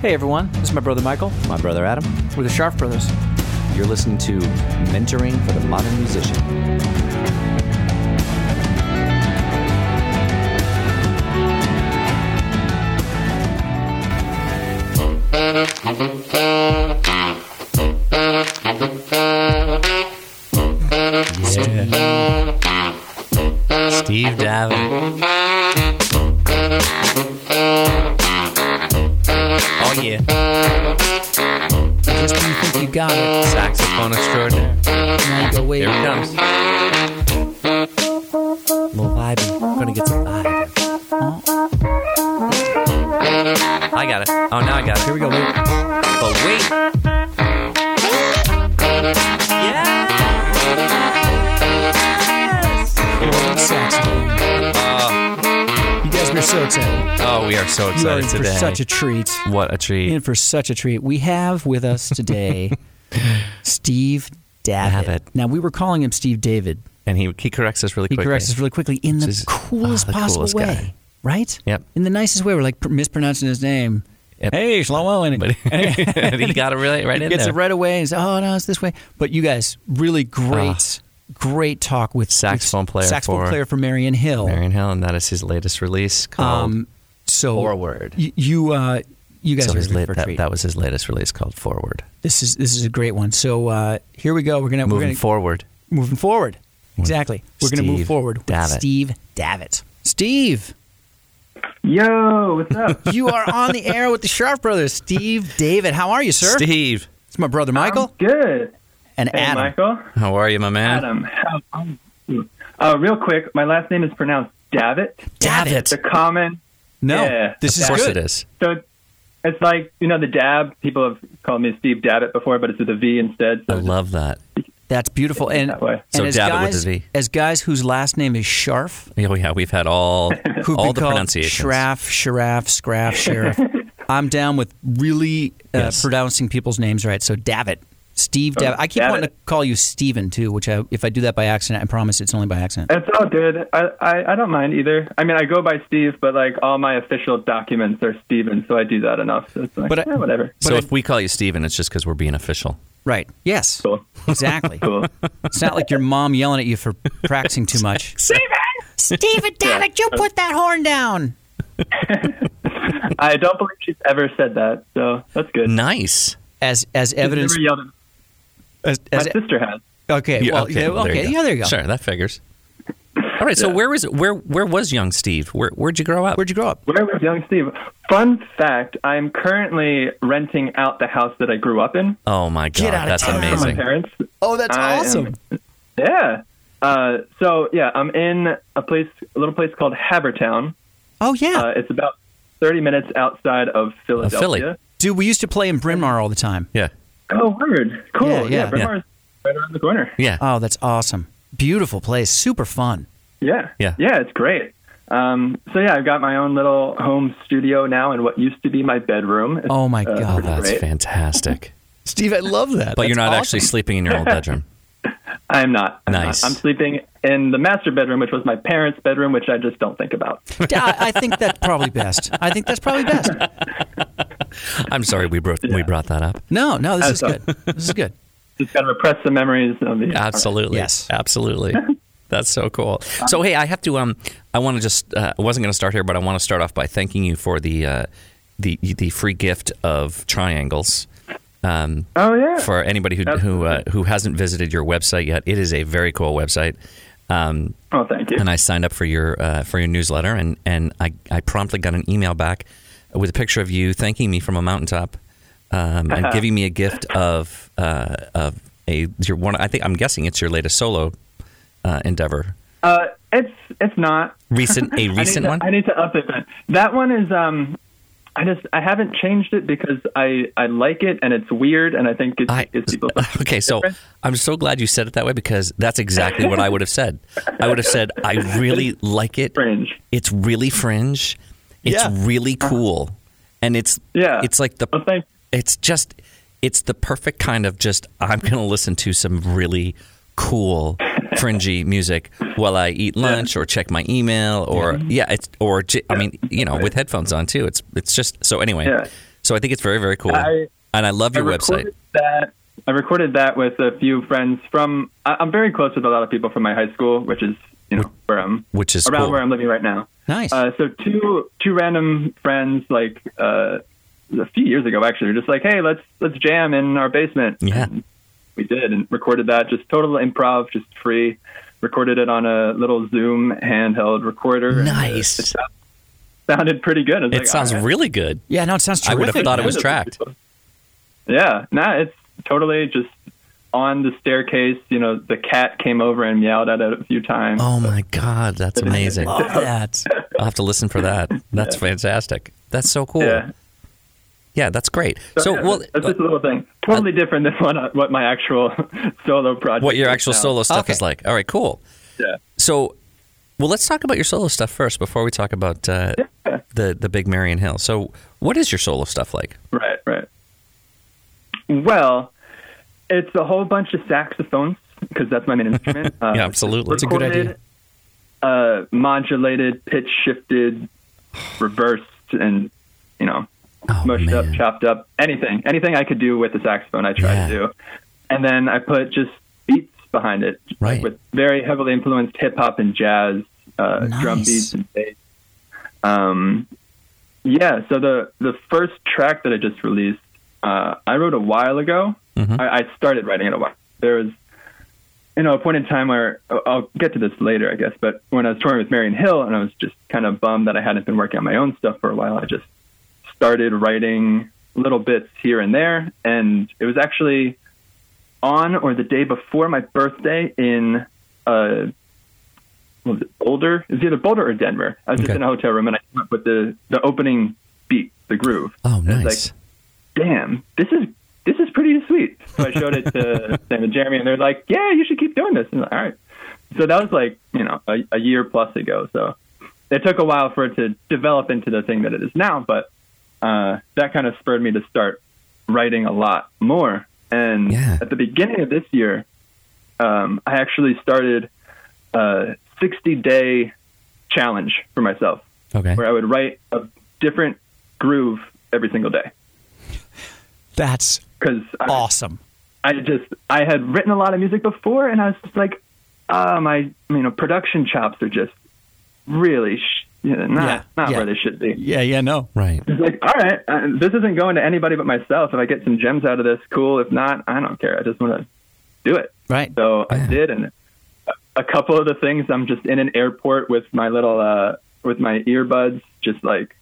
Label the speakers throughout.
Speaker 1: Hey everyone, this is my brother Michael.
Speaker 2: My brother Adam.
Speaker 1: We're the Sharp Brothers.
Speaker 2: You're listening to Mentoring for the Modern Musician.
Speaker 3: Steve Davitt. Oh yeah. Just when you think you got it, saxophone extraordinaire.
Speaker 1: Now you go, wait,
Speaker 3: Here it comes. Little vibey. gonna get some vibe. I got it. Oh, now I got it. Here we go. Wait. But wait. Yeah.
Speaker 1: saxophone.
Speaker 3: Oh,
Speaker 1: You guys are so excited.
Speaker 3: oh, we are so
Speaker 1: You are
Speaker 3: excited
Speaker 1: in for
Speaker 3: today.
Speaker 1: such a treat.
Speaker 3: what a treat.
Speaker 1: In for such a treat. We have with us today Steve Davitt.
Speaker 3: Davitt.
Speaker 1: Now we were calling him Steve David.
Speaker 3: And he, he corrects us really
Speaker 1: He
Speaker 3: quickly.
Speaker 1: corrects us really quickly in the
Speaker 3: Which is-
Speaker 1: coolest
Speaker 3: ah, the
Speaker 1: possible
Speaker 3: coolest
Speaker 1: way,
Speaker 3: guy.
Speaker 1: right?
Speaker 3: Yep.
Speaker 1: In the nicest way, we're like pr- mispronouncing his name.
Speaker 3: Yep.
Speaker 1: Hey, Shlomo, and
Speaker 3: But he got it really right in
Speaker 1: gets
Speaker 3: there. Ah.
Speaker 1: it right away. And says, "Oh no, it's this way." But you guys, really great, great talk with
Speaker 3: Saxophone player
Speaker 1: saxophone
Speaker 3: for-
Speaker 1: player for Marion Hill.
Speaker 3: Marion Hill, and that is his latest release called.
Speaker 1: Um, so
Speaker 2: Forward.
Speaker 1: y- you uh, you guys
Speaker 3: so
Speaker 1: are
Speaker 3: his
Speaker 1: in
Speaker 3: late,
Speaker 1: for a
Speaker 3: that,
Speaker 1: treat.
Speaker 3: that was his latest release called Forward.
Speaker 1: this is this is a great one. So uh, here we go. We're gonna we're
Speaker 3: Moving
Speaker 1: gonna,
Speaker 3: forward.
Speaker 1: moving forward. Exactly. We're gonna move
Speaker 3: Steve
Speaker 1: forward with
Speaker 3: Davitt.
Speaker 1: Steve Davitt. Steve,
Speaker 4: Yo, what's up?
Speaker 1: you are on the air with the Sharp Brothers. Steve David, how are you, sir?
Speaker 3: Steve,
Speaker 1: It's my brother Michael
Speaker 4: Good.
Speaker 1: and
Speaker 4: Um, Hey,
Speaker 1: Adam.
Speaker 4: Michael.
Speaker 3: how are you, my man?
Speaker 4: Adam. How are you? Uh, real quick, my last name is pronounced Davitt.
Speaker 1: Davitt.
Speaker 4: It's a common.
Speaker 1: No,
Speaker 4: Yeah.
Speaker 1: this is
Speaker 3: of course
Speaker 1: good.
Speaker 3: it is.
Speaker 4: So it's, it's like, you know, the dab. People have called me Steve Davitt before, but it's with a V instead.
Speaker 3: I
Speaker 4: So
Speaker 3: love that.
Speaker 1: That's beautiful. And,
Speaker 4: that way.
Speaker 1: and
Speaker 3: So
Speaker 1: as
Speaker 3: Davitt with
Speaker 1: guys,
Speaker 3: a V.
Speaker 1: as guys whose last name is Sharf,
Speaker 3: Oh yeah, we've had all
Speaker 1: who
Speaker 3: all the
Speaker 1: called
Speaker 3: pronunciations.
Speaker 1: Shraff, Sharaff, Scraff, Sheriff. I'm down with really uh,
Speaker 3: Yes.
Speaker 1: pronouncing people's names right. So Davitt, Steve Davitt. I keep
Speaker 4: Davitt.
Speaker 1: wanting to call you Steven too, which I, if I do that by accident, I promise it's only by accident.
Speaker 4: it's all good. I, I, I don't mind either. I mean, I go by Steve, but like all my official documents are Steven, so I do that enough. So it's like,
Speaker 1: But I-
Speaker 4: yeah, whatever.
Speaker 3: So
Speaker 1: But
Speaker 3: if we call you Steven, it's just because we're being official.
Speaker 1: Right. Yes.
Speaker 4: Cool.
Speaker 1: Exactly.
Speaker 4: Cool.
Speaker 1: It's not like your mom yelling at you for practicing too much. Steven! Steven Davitt, you put that horn down.
Speaker 4: I don't believe she's ever said that, so that's good.
Speaker 3: Nice.
Speaker 1: As as
Speaker 4: She's
Speaker 1: Mm. evidence
Speaker 4: never yelled at me.
Speaker 1: as,
Speaker 4: My
Speaker 1: as
Speaker 4: sister has.
Speaker 1: Okay,
Speaker 3: Yeah,
Speaker 1: well, yeah,
Speaker 3: well,
Speaker 1: okay, yeah, there you go.
Speaker 3: Sure, that figures. All right, so where was where where was young Steve? Where where'd you grow up?
Speaker 1: Where'd you grow up?
Speaker 4: Where was young Steve? Fun fact: I'm currently renting out the house that I grew up in
Speaker 3: oh my God,
Speaker 1: Get out of
Speaker 3: that's
Speaker 1: town.
Speaker 4: from my
Speaker 3: amazing.
Speaker 4: parents.
Speaker 1: Oh, that's
Speaker 4: I am- Yeah. Uh, so yeah, I'm in a place, a little place called Habertown.
Speaker 1: Oh yeah,
Speaker 4: Uh, it's about 30 minutes outside of Philadelphia.
Speaker 1: dude, we used to play in Bryn Mawr all the time.
Speaker 3: Yeah,
Speaker 4: Oh, word! Cool.
Speaker 1: Yeah,
Speaker 4: Yeah,
Speaker 1: yeah,
Speaker 4: Bryn
Speaker 3: yeah.
Speaker 4: Mawr's right around the corner.
Speaker 3: yeah.
Speaker 1: Oh, that's awesome. Beautiful place, super fun.
Speaker 4: Yeah.
Speaker 3: Yeah.
Speaker 4: Yeah, it's great. Um, so yeah, I've got my own little home studio now in what used to be my bedroom. It's,
Speaker 1: Oh my god,
Speaker 4: pretty-
Speaker 3: that's
Speaker 4: great.
Speaker 3: fantastic.
Speaker 1: Steve, I love that.
Speaker 3: But you're
Speaker 1: That's
Speaker 3: not
Speaker 1: awesome.
Speaker 3: actually sleeping in your old bedroom.
Speaker 4: I'm not. I'm not.
Speaker 3: Nice.
Speaker 4: I'm sleeping in the master bedroom, which was my parents' bedroom, which I just don't think about.
Speaker 1: Yeah, I, I think that's probably best. I think that's probably best.
Speaker 3: I'm sorry we brought we brought that up.
Speaker 1: No, no, this is
Speaker 4: That's
Speaker 1: good. This is good.
Speaker 4: just gotta repress the memories of the
Speaker 3: Absolutely.
Speaker 1: Yes. Uh-huh.
Speaker 3: Absolutely. That's so cool. So hey, I have to. Um, I want to just. Uh, I wasn't going to start here, but I want to start off by thanking you for the uh, the the free gift of triangles. Um,
Speaker 4: Oh yeah.
Speaker 3: for anybody who who uh, who hasn't visited your website yet, it is a very cool website. Um,
Speaker 4: oh, thank you.
Speaker 3: and I signed up for your uh, for your newsletter, and and I, I promptly got an email back with a picture of you thanking me from a mountaintop um, and giving me a gift of uh, of a your one. I think I'm guessing it's your latest solo uh, endeavor,
Speaker 4: uh, it's it's not
Speaker 3: recent a
Speaker 4: I need
Speaker 3: recent
Speaker 4: to-
Speaker 3: one.
Speaker 4: I need to up it. Then. That one is um, I just I haven't changed it because I I like it and it's weird and I think it's,
Speaker 3: I-
Speaker 4: it's people.
Speaker 3: okay, so I'm so glad you said it that way because that's exactly what I would have said. I would have said I really like it.
Speaker 4: Strange.
Speaker 3: It's really fringe. It's
Speaker 1: Yeah.
Speaker 3: really cool, and it's
Speaker 4: Uh-huh. Yeah.
Speaker 3: It's like the
Speaker 4: Well, thank-
Speaker 3: it's just it's the perfect kind of just I'm going to listen to some really cool fringy music while I eat lunch or check my email or yeah, it's or j- I mean you know with headphones on too. It's it's just so anyway.
Speaker 4: Yeah.
Speaker 3: So I think it's very, very cool.
Speaker 4: I-
Speaker 3: and I love your
Speaker 4: I
Speaker 3: website.
Speaker 4: recorded That, I recorded that with a few friends from. I, I'm very close with a lot of people from my high school, which is you know where I'm,
Speaker 3: Which is
Speaker 4: around
Speaker 3: cool.
Speaker 4: where I'm living right now.
Speaker 1: Nice.
Speaker 4: Uh, so two two random friends like uh, a few years ago actually were just like, hey, let's let's jam in our basement.
Speaker 3: Yeah.
Speaker 4: And we did and recorded that just total improv, just free. Recorded it on a little Zoom handheld recorder. and, uh,
Speaker 3: Nice.
Speaker 4: It, sound- sounded pretty good. I was
Speaker 3: It
Speaker 4: like,
Speaker 3: sounds
Speaker 4: "All right."
Speaker 3: really good.
Speaker 1: yeah, no, it sounds
Speaker 3: I
Speaker 1: terrific.
Speaker 3: would have thought it
Speaker 1: man.
Speaker 3: was tracked.
Speaker 4: Yeah, nah, it's totally just on the staircase. You know, the cat came over and meowed at it a few times.
Speaker 3: Oh my God, that's amazing.
Speaker 1: Love that.
Speaker 3: I'll have to listen for that. That's fantastic. That's so cool.
Speaker 4: Yeah.
Speaker 3: Yeah, that's great. So,
Speaker 4: yeah,
Speaker 3: well, uh,
Speaker 4: that's just a little thing. Totally different than what, uh, what my actual solo project.
Speaker 3: what your
Speaker 4: is
Speaker 3: actual
Speaker 4: now.
Speaker 3: solo stuff
Speaker 1: Okay.
Speaker 3: is like. All right, cool.
Speaker 4: Yeah.
Speaker 3: So, well, let's talk about your solo stuff first before we talk about uh, the the big Marion Hill. So, what is your solo stuff like?
Speaker 4: Right, right. Well, it's a whole bunch of saxophones because that's my main instrument. Uh,
Speaker 3: Yeah, absolutely. It's a
Speaker 1: good
Speaker 4: recorded, Uh, modulated, pitch shifted, reversed, and you know,
Speaker 3: Oh,
Speaker 4: mushed up,
Speaker 3: man.
Speaker 4: chopped up, anything, anything I could do with the saxophone, I tried
Speaker 3: Yeah.
Speaker 4: to do. And then I put just beats behind it, like
Speaker 3: Right.
Speaker 4: with very heavily influenced hip hop and jazz, uh, drum
Speaker 1: Nice.
Speaker 4: beats and bass. Um, yeah, so the the first track that I just released, uh, I wrote a while ago.
Speaker 3: Mhm.
Speaker 4: I, I started writing it a while. There was, you know, a point in time where I'll- I'll get to this later, I guess. But when I was touring with Marion Hill, and I was just kind of bummed that I hadn't been working on my own stuff for a while, I just started writing little bits here and there, and it was actually on or the day before my birthday in uh, what was it, Boulder? It was either Boulder or Denver. I was
Speaker 3: Okay.
Speaker 4: just in a hotel room and I came up with the, the opening beat, the groove.
Speaker 3: Oh,
Speaker 4: And I was
Speaker 3: nice.
Speaker 4: like, damn, this is this is pretty sweet. So I showed it to Sam and Jeremy, and they're like, yeah, you should keep doing this. And I'm like, all right. So that was like you know a, a year plus ago. So it took a while for it to develop into the thing that it is now, but uh, that kind of spurred me to start writing a lot more. And
Speaker 3: Yeah.
Speaker 4: at the beginning of this year, um, I actually started a 60 day challenge for myself
Speaker 3: okay.
Speaker 4: where I would write a different groove every single day.
Speaker 1: That's
Speaker 4: Because I,
Speaker 1: awesome.
Speaker 4: I just, I had written a lot of music before and I was just like, ah, my, you know, production chops are just really sh- you know, not,
Speaker 1: Yeah,
Speaker 4: not
Speaker 1: yeah.
Speaker 4: where they should be.
Speaker 1: Yeah, yeah, no.
Speaker 3: Right.
Speaker 4: It's like, all right, uh, this isn't going to anybody but myself. If I get some gems out of this, cool. If not, I don't care. I just want to do it.
Speaker 1: Right.
Speaker 4: So
Speaker 3: Yeah.
Speaker 4: I did, and a- a couple of the things I'm just in an airport with my little uh, with my earbuds, just like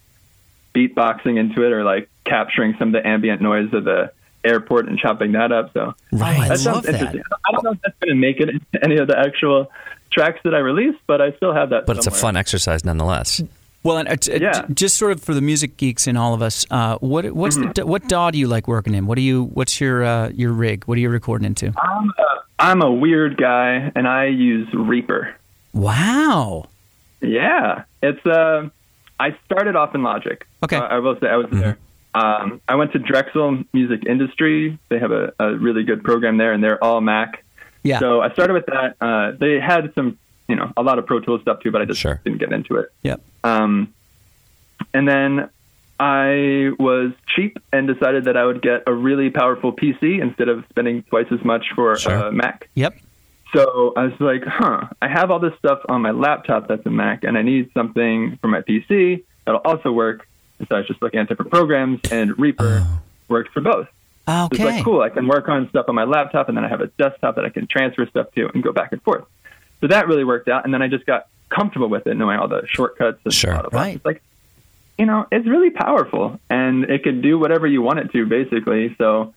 Speaker 4: beatboxing into it, or like capturing some of the ambient noise of the airport and chopping that up. So
Speaker 1: Right. I
Speaker 4: that sounds
Speaker 1: love that.
Speaker 4: interesting. I don't know if that's going to make it into any of the actual tracks that I release, but I still have that.
Speaker 3: But it's a
Speaker 4: somewhere.
Speaker 3: fun exercise nonetheless.
Speaker 1: Well, and, uh, t- uh,
Speaker 4: Yeah.
Speaker 1: j- just sort of for the music geeks and all of us, uh, what what's the, what DAW do you like working in? What do you what's your uh, your rig? What are you recording into?
Speaker 4: I'm a, I'm a weird guy, and I use Reaper.
Speaker 1: Wow.
Speaker 4: Yeah, it's. Uh, I started off in Logic.
Speaker 1: Okay. Mm-hmm.
Speaker 4: Uh, I will say I was there. Um, I went to Drexel Music Industry. They have a, a really good program there, and they're all Mac.
Speaker 1: Yeah.
Speaker 4: So I started with that. Uh, they had some, you know, a lot of Pro Tools stuff too, but I just
Speaker 3: Sure.
Speaker 4: didn't get into it.
Speaker 1: yep.
Speaker 4: Um, and then I was cheap and decided that I would get a really powerful PC instead of spending twice as much for
Speaker 3: Sure.
Speaker 4: a Mac.
Speaker 1: Yep.
Speaker 4: So I was like, huh, I have all this stuff on my laptop that's a Mac, and I need something for my PC that'll also work. And so I was just looking at different programs, and Reaper works for both.
Speaker 1: Oh. Okay.
Speaker 4: It's like, cool, I can work on stuff on my laptop, and then I have a desktop that I can transfer stuff to and go back and forth. So that really worked out. And then I just got comfortable with it, knowing all the shortcuts and
Speaker 3: Sure,
Speaker 4: all of that.
Speaker 1: right.
Speaker 4: It's like, you know, it's really powerful, and it can do whatever you want it to, basically. So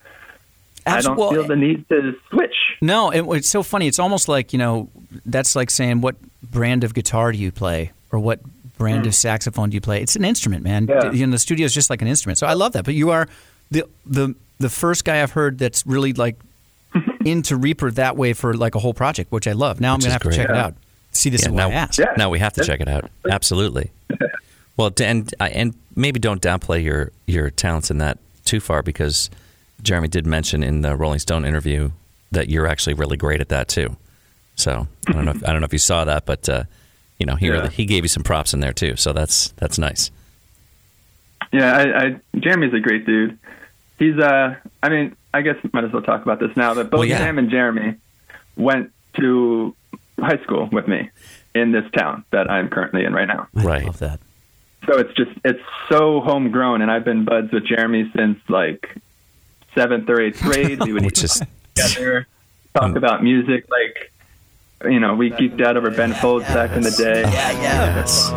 Speaker 4: I
Speaker 1: Abs-
Speaker 4: don't
Speaker 1: well,
Speaker 4: feel the need to switch.
Speaker 1: No, it, it's so funny. It's almost like you know, that's like saying what brand of guitar do you play, or what brand of saxophone do you play? It's an instrument, man.
Speaker 4: Yeah.
Speaker 1: You know, the studio is just like an instrument. So I love that. But you are the the the first guy I've heard that's really like into Reaper that way for like a whole project, which I love. Now
Speaker 3: Which
Speaker 1: I'm gonna
Speaker 3: is
Speaker 1: have
Speaker 3: great.
Speaker 1: to check it
Speaker 3: Yeah.
Speaker 1: out. See, this
Speaker 3: Yeah,
Speaker 1: is why
Speaker 3: now,
Speaker 1: I asked.
Speaker 4: Yeah.
Speaker 3: now we have to check it out. Absolutely. Well, d- and I- and maybe don't downplay your your talents in that too far because Jeremy did mention in the Rolling Stone interview that you're actually really great at that too. So I don't know if, I don't know if you saw that, but uh, you know he
Speaker 4: Yeah.
Speaker 3: really, he gave you some props in there too. So that's that's nice.
Speaker 4: Yeah, I, I Jeremy's a great dude. He's uh I mean, I guess might as well talk about this now, but both
Speaker 3: Well, yeah.
Speaker 4: Sam and Jeremy went to high school with me in this town that I'm currently in right now.
Speaker 3: Right.
Speaker 1: Love that.
Speaker 4: So it's just it's so homegrown and I've been buds with Jeremy since like seventh or eighth grade. We would
Speaker 3: Which is
Speaker 4: together, talk
Speaker 3: Um,
Speaker 4: about music like you know, we geeked out over Ben Folds back
Speaker 3: uh,
Speaker 4: in the day.
Speaker 3: yes.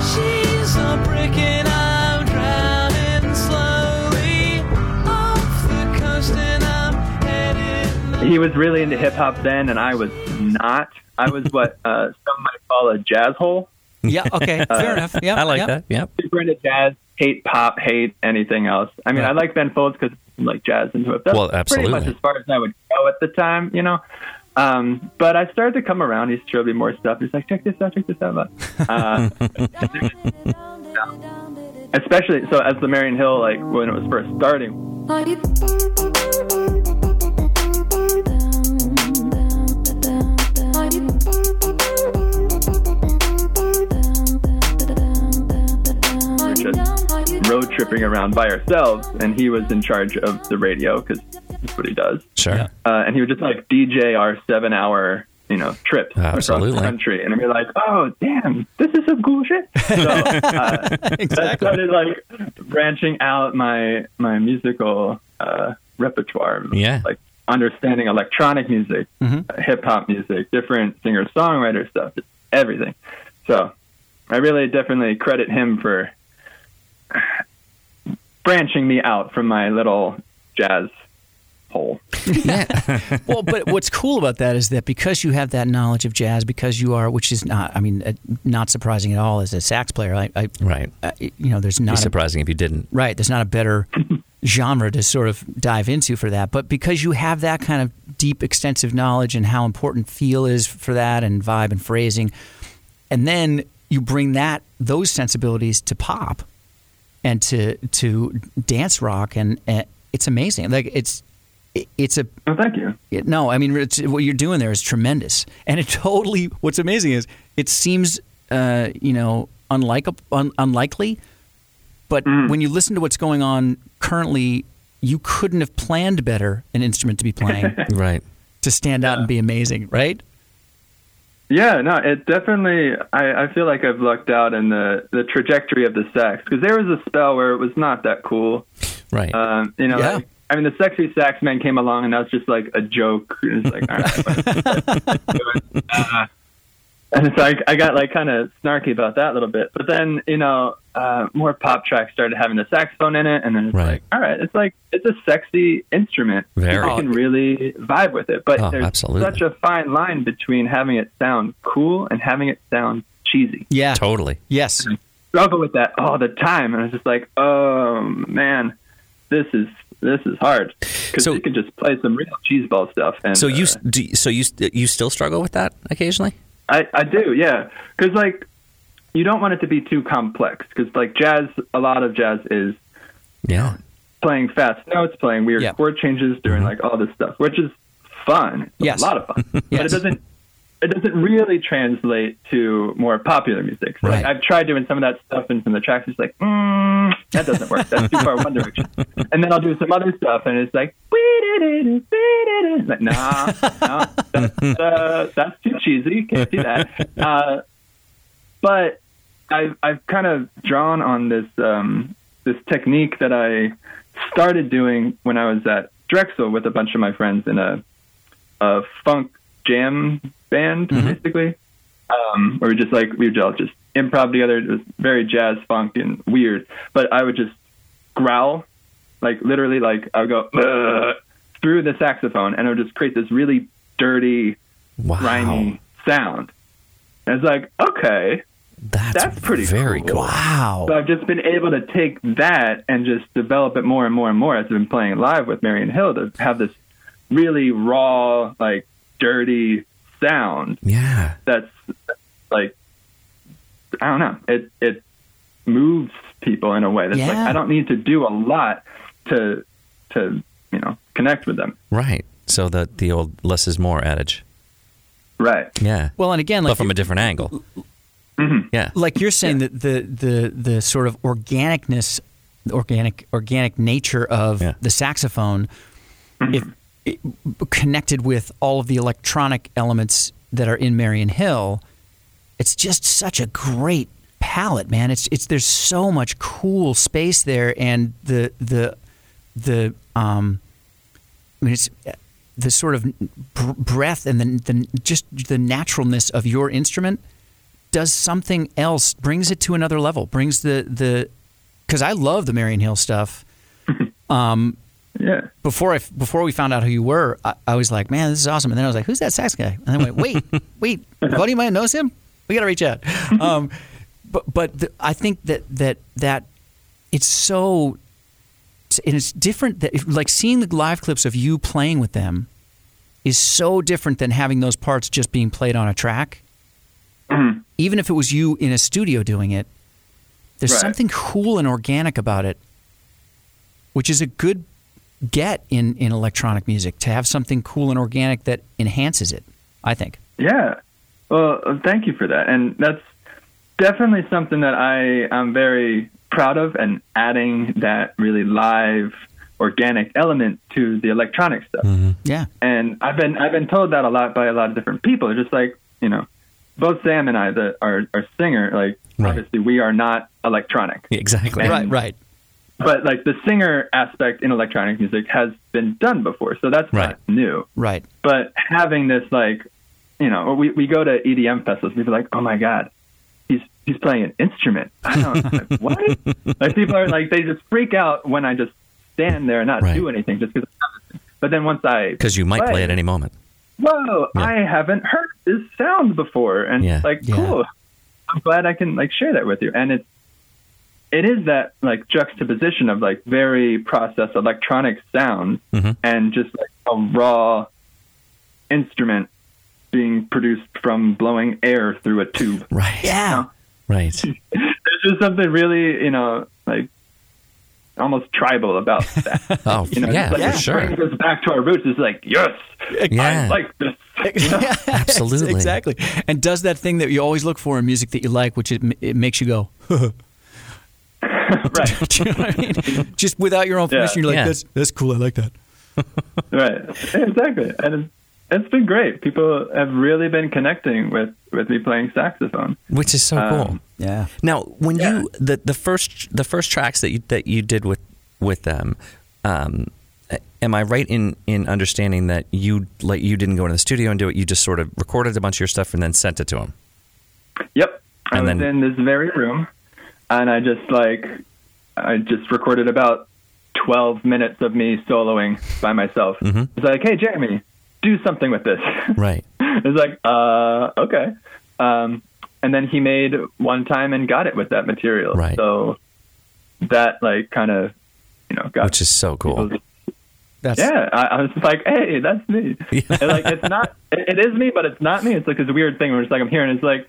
Speaker 5: She's a brick and I'm driving slowly off the coast and I'm headed.
Speaker 4: he was really into hip hop then, and I was not. I was what uh, some might call a jazz hole.
Speaker 1: Yeah. Okay. Fair enough. Yeah.
Speaker 3: I like
Speaker 1: yeah.
Speaker 3: that. Yep.
Speaker 4: Super into jazz, hate pop, hate anything else. I mean, I like Ben Folds because like jazz and hip hop.
Speaker 3: Well,
Speaker 4: Pretty
Speaker 3: absolutely.
Speaker 4: much as far as I would go at the time, you know. Um, but I started to come around. He showed me more stuff. He's like, check this out, check this out. Uh, especially so as the Marion Hill, like when it was first starting, road tripping around by ourselves, and he was in charge of the radio because that's what he does.
Speaker 3: Sure.
Speaker 4: Uh, and he would just like DJ our seven hour, you know, trips across
Speaker 3: Absolutely.
Speaker 4: the country. And we were like, oh, damn, this is some cool shit. So uh, that
Speaker 1: Exactly.
Speaker 4: started like branching out my my musical uh, repertoire.
Speaker 3: Yeah. Mm-hmm.
Speaker 4: Like understanding electronic music, hip hop music, different singer songwriter stuff, just everything. So I really definitely credit him for branching me out from my little jazz hole.
Speaker 1: well, but what's cool about that is that because you have that knowledge of jazz, because you are, which is not, I mean, uh, not surprising at all as a sax player. I, I
Speaker 3: Right.
Speaker 1: uh, you know, there's
Speaker 3: Be
Speaker 1: not a
Speaker 3: surprising if you didn't.
Speaker 1: Right. There's not a better genre to sort of dive into for that. But because you have that kind of deep, extensive knowledge and how important feel is for that and vibe and phrasing, and then you bring that those sensibilities to pop and to to dance rock and, and it's amazing. Like it's it- it's a
Speaker 4: Oh, thank you.
Speaker 1: it- no, I mean it's, what you're doing there is tremendous, and it totally. What's amazing is it seems uh, you know unlike un, unlikely, but when you listen to what's going on currently, you couldn't have planned better an instrument to be playing
Speaker 3: Right.
Speaker 1: to stand out and be amazing, right?
Speaker 4: Yeah, no, it definitely. I, I feel like I've lucked out in the the trajectory of the sax because there was a spell where it was not that cool.
Speaker 3: Right.
Speaker 4: Um, you know,
Speaker 1: Yeah.
Speaker 4: like, I mean, the sexy sax man came along, and that was just like a joke. It was like, all right, but- uh, and so I, I got like kind of snarky about that a little bit. But then, you know, uh, more pop tracks started having the saxophone in it, and then it's
Speaker 3: Right.
Speaker 4: like, all right, it's like it's a sexy instrument.
Speaker 3: Very.
Speaker 4: People can really vibe with it, but
Speaker 3: Oh,
Speaker 4: there's
Speaker 3: absolutely.
Speaker 4: such a fine line between having it sound cool and having it sound cheesy
Speaker 1: Yeah.
Speaker 3: totally.
Speaker 4: uh,
Speaker 1: Yes.
Speaker 4: struggle with that all the time, and I was just like, "Oh man, this is this is hard." Because
Speaker 3: So-
Speaker 4: you can just play some real cheeseball stuff. And
Speaker 3: So you
Speaker 4: uh,
Speaker 3: s- do, you- so you s- you still struggle with that occasionally?
Speaker 4: I, I do, yeah. Because like, you don't want it to be too complex. Because like jazz, a lot of jazz is
Speaker 3: Yeah.
Speaker 4: playing fast notes, playing weird
Speaker 1: Yeah.
Speaker 4: chord changes, doing
Speaker 3: Mm-hmm.
Speaker 4: like all this stuff, which is fun. It's
Speaker 1: Yes.
Speaker 4: a lot of fun. But it
Speaker 1: Yes.
Speaker 4: doesn't it doesn't really translate to more popular music. So, like,
Speaker 1: Right.
Speaker 4: I've tried doing some of that stuff and some of the tracks it's like, mm, that doesn't work. That's too far one direction. And then I'll do some other stuff and it's like, we did it, we did it. It's Like, nah, nah that's, uh, that's too cheesy. Can't do that. Uh, but I've I've kind of drawn on this um, this technique that I started doing when I was at Drexel with a bunch of my friends in a a funk jam band, basically. Um, where we just like we would all just improv together. It was very jazz funk and weird. But I would just growl, like literally, like I would go "Ugh," through the saxophone, and it would just create this really dirty,
Speaker 3: Wow.
Speaker 4: grimy sound. And it's like okay,
Speaker 3: That's,
Speaker 4: That's pretty
Speaker 3: very
Speaker 4: cool.
Speaker 1: Wow.
Speaker 4: so I've just been able to take that and just develop it more and more and more as I've been playing live with Marion Hill to have this really raw, like dirty sound
Speaker 3: Yeah.
Speaker 4: that's like I don't know. It it moves people in a way that's like
Speaker 1: Yeah.
Speaker 4: I don't need to do a lot to to you know connect with them.
Speaker 3: Right. So the the old less is more adage.
Speaker 4: Right.
Speaker 3: Yeah.
Speaker 1: Well, and again,
Speaker 3: but
Speaker 1: like
Speaker 3: from a different angle. Yeah.
Speaker 1: like you're saying that the the the sort of organicness the organic organic nature of
Speaker 3: Yeah. Mm-hmm.
Speaker 1: the saxophone if it, connected with all of the electronic elements that are in Marion Hill it's just such a great palette man it's it's there's so much cool space there and the the the um I mean, it's uh, the sort of br- breath and the, the just the naturalness of your instrument does something else, brings it to another level, brings the the because I love the Marion Hill stuff.
Speaker 4: Yeah.
Speaker 1: Before I f- before we found out who you were, I, I was like, man, this is awesome. And then I was like, who's that sax guy? And then I went, wait, wait, Buddy might knows him. We got to reach out. Um, but but the, I think that that that it's so and it's different that like seeing the live clips of you playing with them is so different than having those parts just being played on a track. Even if it was you in a studio doing it, there's
Speaker 4: Right.
Speaker 1: something cool and organic about it, which is a good get in, in electronic music to have something cool and organic that enhances it, I think.
Speaker 4: Yeah. Well, uh, thank you for that. And that's definitely something that I am very proud of and adding that really live organic element to the electronic stuff.
Speaker 1: Yeah.
Speaker 4: And I've been I've been told that a lot by a lot of different people. Just like, you know, both Sam and I the our, our singer, like
Speaker 3: Right.
Speaker 4: obviously we are not electronic.
Speaker 3: Yeah, exactly.
Speaker 4: And-
Speaker 1: Right, right.
Speaker 4: But like the singer aspect in electronic music has been done before. So that's
Speaker 3: Right.
Speaker 4: not new
Speaker 1: Right.
Speaker 4: but having this like you know we, we go to edm festivals people are like oh my god he's he's playing an instrument i don't like, what like people are like they just freak out when i just stand there and not
Speaker 3: Right.
Speaker 4: do anything just because but then once i
Speaker 3: Because you might play at any moment.
Speaker 4: whoa
Speaker 3: Yeah.
Speaker 4: i haven't heard this sound before and
Speaker 3: Yeah.
Speaker 4: it's like
Speaker 1: Yeah.
Speaker 4: cool i'm glad i can like share that with you and it's it is that like juxtaposition of like very processed electronic sound
Speaker 3: Mhm.
Speaker 4: and just like a raw instrument being produced from blowing air through a tube
Speaker 3: Right.
Speaker 1: Yeah.
Speaker 3: Right.
Speaker 4: there's just something really you know like almost tribal about that
Speaker 3: Oh,
Speaker 4: you know
Speaker 3: yeah,
Speaker 4: just, like,
Speaker 3: for
Speaker 4: it
Speaker 3: sure.
Speaker 4: brings us back to our roots it's like yes
Speaker 3: Yeah.
Speaker 4: i like this
Speaker 3: Absolutely.
Speaker 1: exactly. And does that thing that you always look for in music that you like, which it, it makes you go,
Speaker 4: right
Speaker 1: Do you know what I mean? Just without your own
Speaker 4: Yeah.
Speaker 1: permission, you're like,
Speaker 3: Yeah.
Speaker 1: that's, that's cool. I like that.
Speaker 4: right Yeah, exactly and it's, it's been great people have really been connecting with with me playing saxophone
Speaker 3: Which is so cool.
Speaker 1: Yeah.
Speaker 3: Now, when
Speaker 4: Um, Yeah.
Speaker 3: you the, the first the first tracks that you that you did with with them, um, am I right in in understanding that you like you didn't go into the studio and do it? You just sort of recorded a bunch of your stuff and then sent it to them.
Speaker 4: yep i
Speaker 3: And
Speaker 4: was
Speaker 3: then-
Speaker 4: in this very room and i just like i just recorded about 12 minutes of me soloing by myself
Speaker 3: Mm-hmm.
Speaker 4: it's like hey jeremy do something with this
Speaker 3: Right.
Speaker 4: It's like, uh, okay. Um, and then he made one time and got it with that material.
Speaker 3: Right.
Speaker 4: So that like kind of, you know, got
Speaker 3: Which is so cool.
Speaker 1: That's,
Speaker 4: yeah. I, I was like, hey, that's me. And, like it's not, it, it is me, but it's not me. It's like this weird thing where it's like I'm hearing. It's like,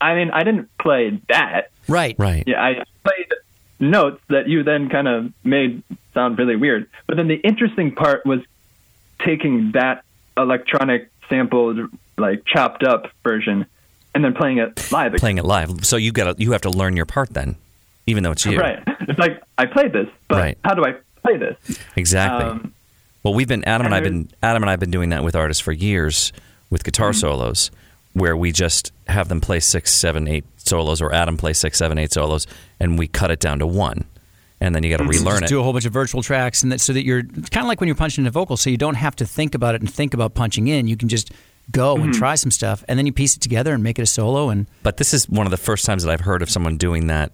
Speaker 4: I mean, I didn't play that.
Speaker 1: Right.
Speaker 3: Right.
Speaker 4: Yeah, I played notes that you then kind of made sound really weird. But then the interesting part was taking that electronic sampled, like chopped up version, and then playing it live. again.
Speaker 3: Playing it live, so you got to you have to learn your part then, even though it's you.
Speaker 4: Right. It's like I played this, but
Speaker 3: Right.
Speaker 4: how do I play this?
Speaker 3: Exactly.
Speaker 4: Um,
Speaker 3: well, we've been Adam and
Speaker 4: and
Speaker 3: I've been Adam and I've been doing that with artists for years with guitar
Speaker 4: Mm-hmm.
Speaker 3: solos, where we just have them play six, seven, eight solos, or Adam play six, seven, eight solos, and we cut it down to one, and then you got to
Speaker 4: Mm-hmm.
Speaker 3: relearn
Speaker 1: Just
Speaker 3: it.
Speaker 1: do a whole bunch of virtual tracks, and that so that you're it's kind of like when you're punching in a vocal, so you don't have to think about it and think about punching in. You can just go and
Speaker 4: Mm-hmm.
Speaker 1: try some stuff, and then you piece it together and make it a solo. And
Speaker 3: But this is one of the first times that I've heard of someone doing that.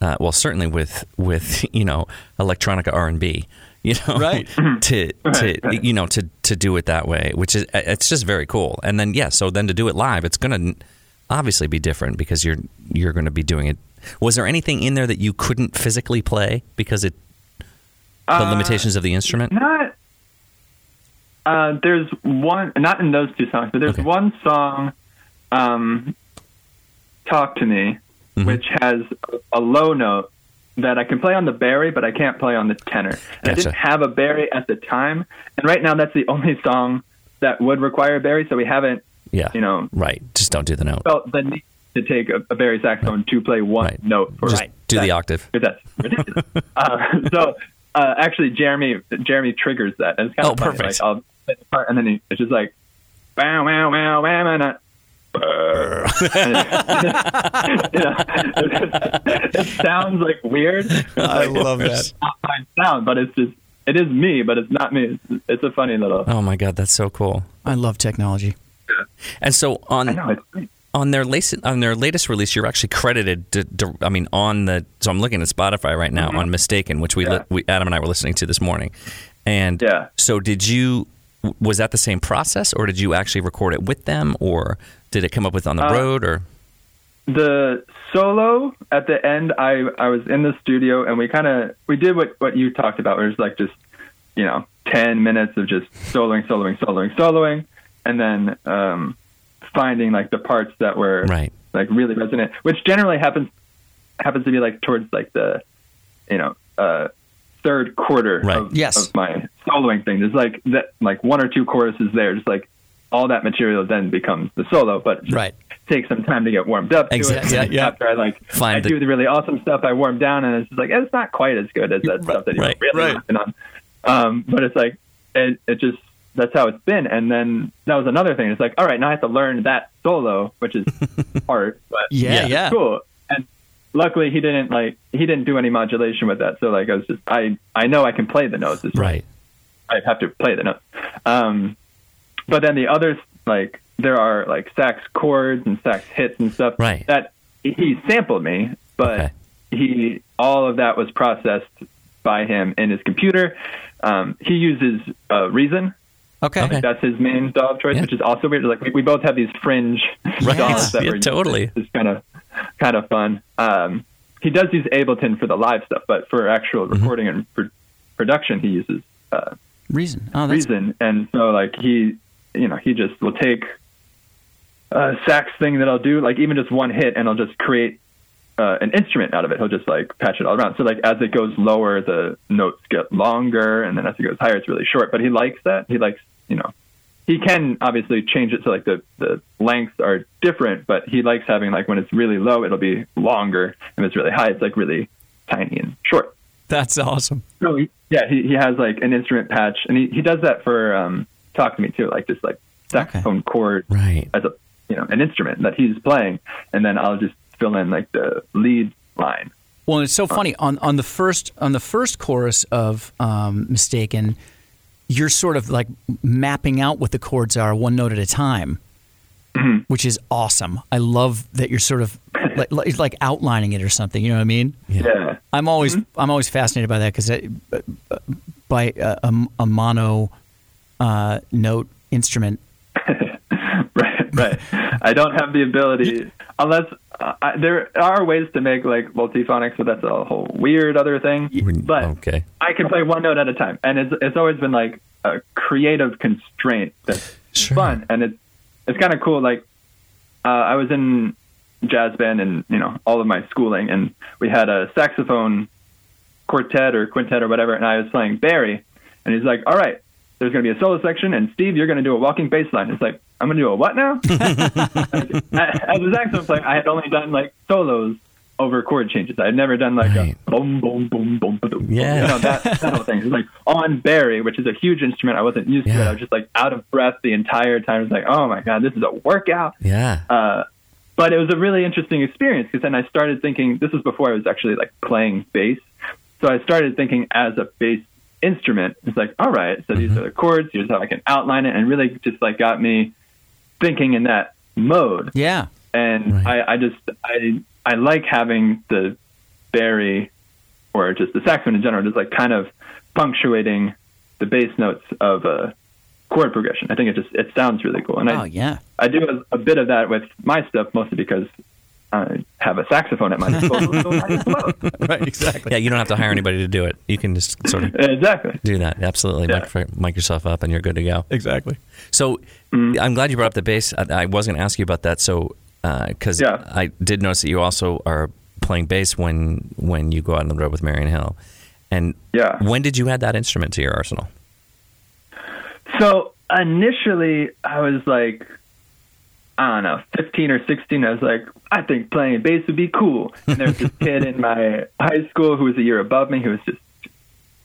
Speaker 3: Uh, well, certainly with with you know electronica R and B, you know,
Speaker 1: Right.
Speaker 4: Mm-hmm.
Speaker 3: to to you know to to do it that way, which is uh, it's just very cool. And then yeah, so then to do it live, it's going to obviously be different because you're you're going to be doing it. Was there anything in there that you couldn't physically play because it the
Speaker 4: Uh,
Speaker 3: limitations of the instrument?
Speaker 4: Not. Uh, there's one, not in those two songs, but there's
Speaker 3: Okay.
Speaker 4: one song, um, "Talk to Me,"
Speaker 3: Mm-hmm.
Speaker 4: which has a low note that I can play on the Barry, but I can't play on the tenor. And I
Speaker 3: Gotcha.
Speaker 4: didn't have a Barry at the time, and right now that's the only song that would require a Barry, so we haven't,
Speaker 3: Yeah,
Speaker 4: you know, Oh,
Speaker 3: right. Just don't do the note.
Speaker 4: felt the need. to take a, a Barry saxophone to play one
Speaker 3: Right.
Speaker 4: note for
Speaker 3: Just
Speaker 1: Right.
Speaker 3: do
Speaker 4: That-
Speaker 3: the octave.
Speaker 4: That's ridiculous. uh, so uh, actually, Jeremy Jeremy triggers that. And it's kind
Speaker 3: Oh,
Speaker 4: of funny.
Speaker 3: perfect.
Speaker 4: Like, I'll play the part, and then he, it's just like, wow, wow, wow, wow, and I, you know, it sounds like weird
Speaker 1: I love that.
Speaker 4: outside sound, but it's just it is me, but it's not me. It's, it's a funny little.
Speaker 3: Oh my god, that's so cool.
Speaker 1: I love technology.
Speaker 3: And so
Speaker 4: I
Speaker 3: on
Speaker 4: know it's great.
Speaker 3: on their latest on their latest release, you're actually credited. To, to- I mean, on the so I'm looking at Spotify right now
Speaker 4: Mm-hmm.
Speaker 3: on Mistaken, which we, li- we Adam and I were listening to this morning. And
Speaker 4: Yeah.
Speaker 3: so did you? Was that the same process, or did you actually record it with them, or did it come up with on the
Speaker 4: Uh,
Speaker 3: road? Or
Speaker 4: the solo at the end i i was in the studio and we kind of we did what what you talked about where it was like just you know 10 minutes of just soloing soloing soloing soloing and then um finding like the parts that were
Speaker 3: Right.
Speaker 4: like really resonant which generally happens happens to be like towards like the you know uh third quarter
Speaker 3: Right.
Speaker 4: of,
Speaker 1: Yes.
Speaker 4: of my soloing thing there's like that like one or two choruses there just like all that material then becomes the solo but just
Speaker 1: Right.
Speaker 4: take some time to get warmed up to it.
Speaker 3: Exactly,
Speaker 4: And
Speaker 3: yeah.
Speaker 4: After I like
Speaker 3: Find
Speaker 4: I
Speaker 3: the-
Speaker 4: do the really awesome stuff, I warm down and it's just like it's not quite as good as that stuff that you're
Speaker 3: right,
Speaker 4: really
Speaker 3: right.
Speaker 4: working on. Um, but it's like it, it just that's how it's been. And then that was another thing. It's like all right, now I have to learn that solo, which is hard, but
Speaker 1: Yeah,
Speaker 3: Yeah.
Speaker 1: yeah.
Speaker 4: cool. And luckily he didn't like he didn't do any modulation with that. So like I was just I I know I can play the notes. It's just I have to play the note. Um, but then the others, like there are like sax chords and sax hits and stuff.
Speaker 3: Right.
Speaker 4: That he sampled me, but
Speaker 3: Okay.
Speaker 4: he all of that was processed by him in his computer. Um, he uses uh, Reason.
Speaker 1: Okay.
Speaker 3: Okay.
Speaker 4: That's his main DAW of choice,
Speaker 3: Yeah.
Speaker 4: which is also weird. Like we, we both have these fringe DAWs that
Speaker 3: Yeah,
Speaker 4: we're using.
Speaker 3: totally.
Speaker 4: It's kind of kind of fun. Um, he does use Ableton for the live stuff, but for actual
Speaker 3: Mm-hmm.
Speaker 4: recording and pro- production, he uses uh,
Speaker 1: Reason. Oh, that's
Speaker 4: reason. And so like he, you know, he just will take a sax thing that I'll do, like even just one hit, and I'll just create uh, an instrument out of it. He'll just like patch it all around. So like as it goes lower, the notes get longer, and then as it goes higher, it's really short. But he likes that. He likes, you know, he can obviously change it so like the the lengths are different, but he likes having like when it's really low, it'll be longer, and if it's really high, it's like really tiny and short.
Speaker 1: that's awesome.
Speaker 4: No, he, yeah, he, he has like an instrument patch, and he, he does that for um, talk to me too, like just like saxophone chord
Speaker 3: Right.
Speaker 4: as a you know an instrument that he's playing, and then I'll just fill in like the lead line.
Speaker 1: Well, and it's so funny on on the first on the first chorus of um, Mistaken, you're sort of like mapping out what the chords are one note at a time,
Speaker 4: Mm-hmm.
Speaker 1: which is awesome. I love that you're sort of like, like- like outlining it or something. You know what I mean?
Speaker 4: Yeah, Mm-hmm.
Speaker 1: I'm always I'm always fascinated by that because by a, a, a mono uh, note instrument.
Speaker 4: right, right. I don't have the ability unless uh, I, there are ways to make like multiphonics, but that's a whole weird other thing. But
Speaker 3: okay.
Speaker 4: I can play one note at a time, and it's it's always been like a creative constraint that's
Speaker 3: Sure.
Speaker 4: fun, and it's it's kind of cool. Like uh, I was in jazz band, and you know all of my schooling, and we had a saxophone quartet or quintet or whatever, and I was playing Barry, and he's like, "All right, there's going to be a solo section, and Steve, you're going to do a walking bass line." It's like I'm going to do a what now? as a saxophone player, I had only done like solos over chord changes. I had never done like
Speaker 3: Right.
Speaker 4: a boom, boom, boom, boom, boom.
Speaker 3: Yeah.
Speaker 4: You know, that, that whole thing. It's like on Barry, which is a huge instrument. I wasn't used to it.
Speaker 3: Yeah.
Speaker 4: I was just like out of breath the entire time. I was like, oh my God, this is a workout.
Speaker 3: Yeah.
Speaker 4: Uh, but it was a really interesting experience because then I started thinking, this was before I was actually like playing bass. So I started thinking as a bass instrument. It's like, all right, so these are the chords. Here's how I can outline it. And really just like got me thinking in that mode
Speaker 1: Yeah,
Speaker 4: and
Speaker 3: Right.
Speaker 4: I, I just I I like having the Barry or just the saxophone in general just like kind of punctuating the bass notes of a chord progression. I think it just it sounds really cool, and
Speaker 1: oh
Speaker 4: I
Speaker 1: yeah,
Speaker 4: I do a, a bit of that with my stuff mostly because I have a saxophone at my disposal. so I just love it.
Speaker 1: right, exactly.
Speaker 3: Yeah, you don't have to hire anybody to do it. You can just sort of
Speaker 4: exactly.
Speaker 3: do that. Absolutely.
Speaker 4: Yeah.
Speaker 3: Mic, mic yourself up and you're good to go.
Speaker 1: Exactly.
Speaker 3: So
Speaker 4: Mm-hmm.
Speaker 3: I'm glad you brought up the bass. I, I was going to ask you about that. So because
Speaker 4: Yeah.
Speaker 3: I did notice that you also are playing bass when when you go out on the road with Marion Hill. And
Speaker 4: Yeah.
Speaker 3: when did you add that instrument to your arsenal?
Speaker 4: So initially, I was like, I don't know, 15 or 16, I was like, I think playing bass would be cool. And there was this kid in my high school who was a year above me who was just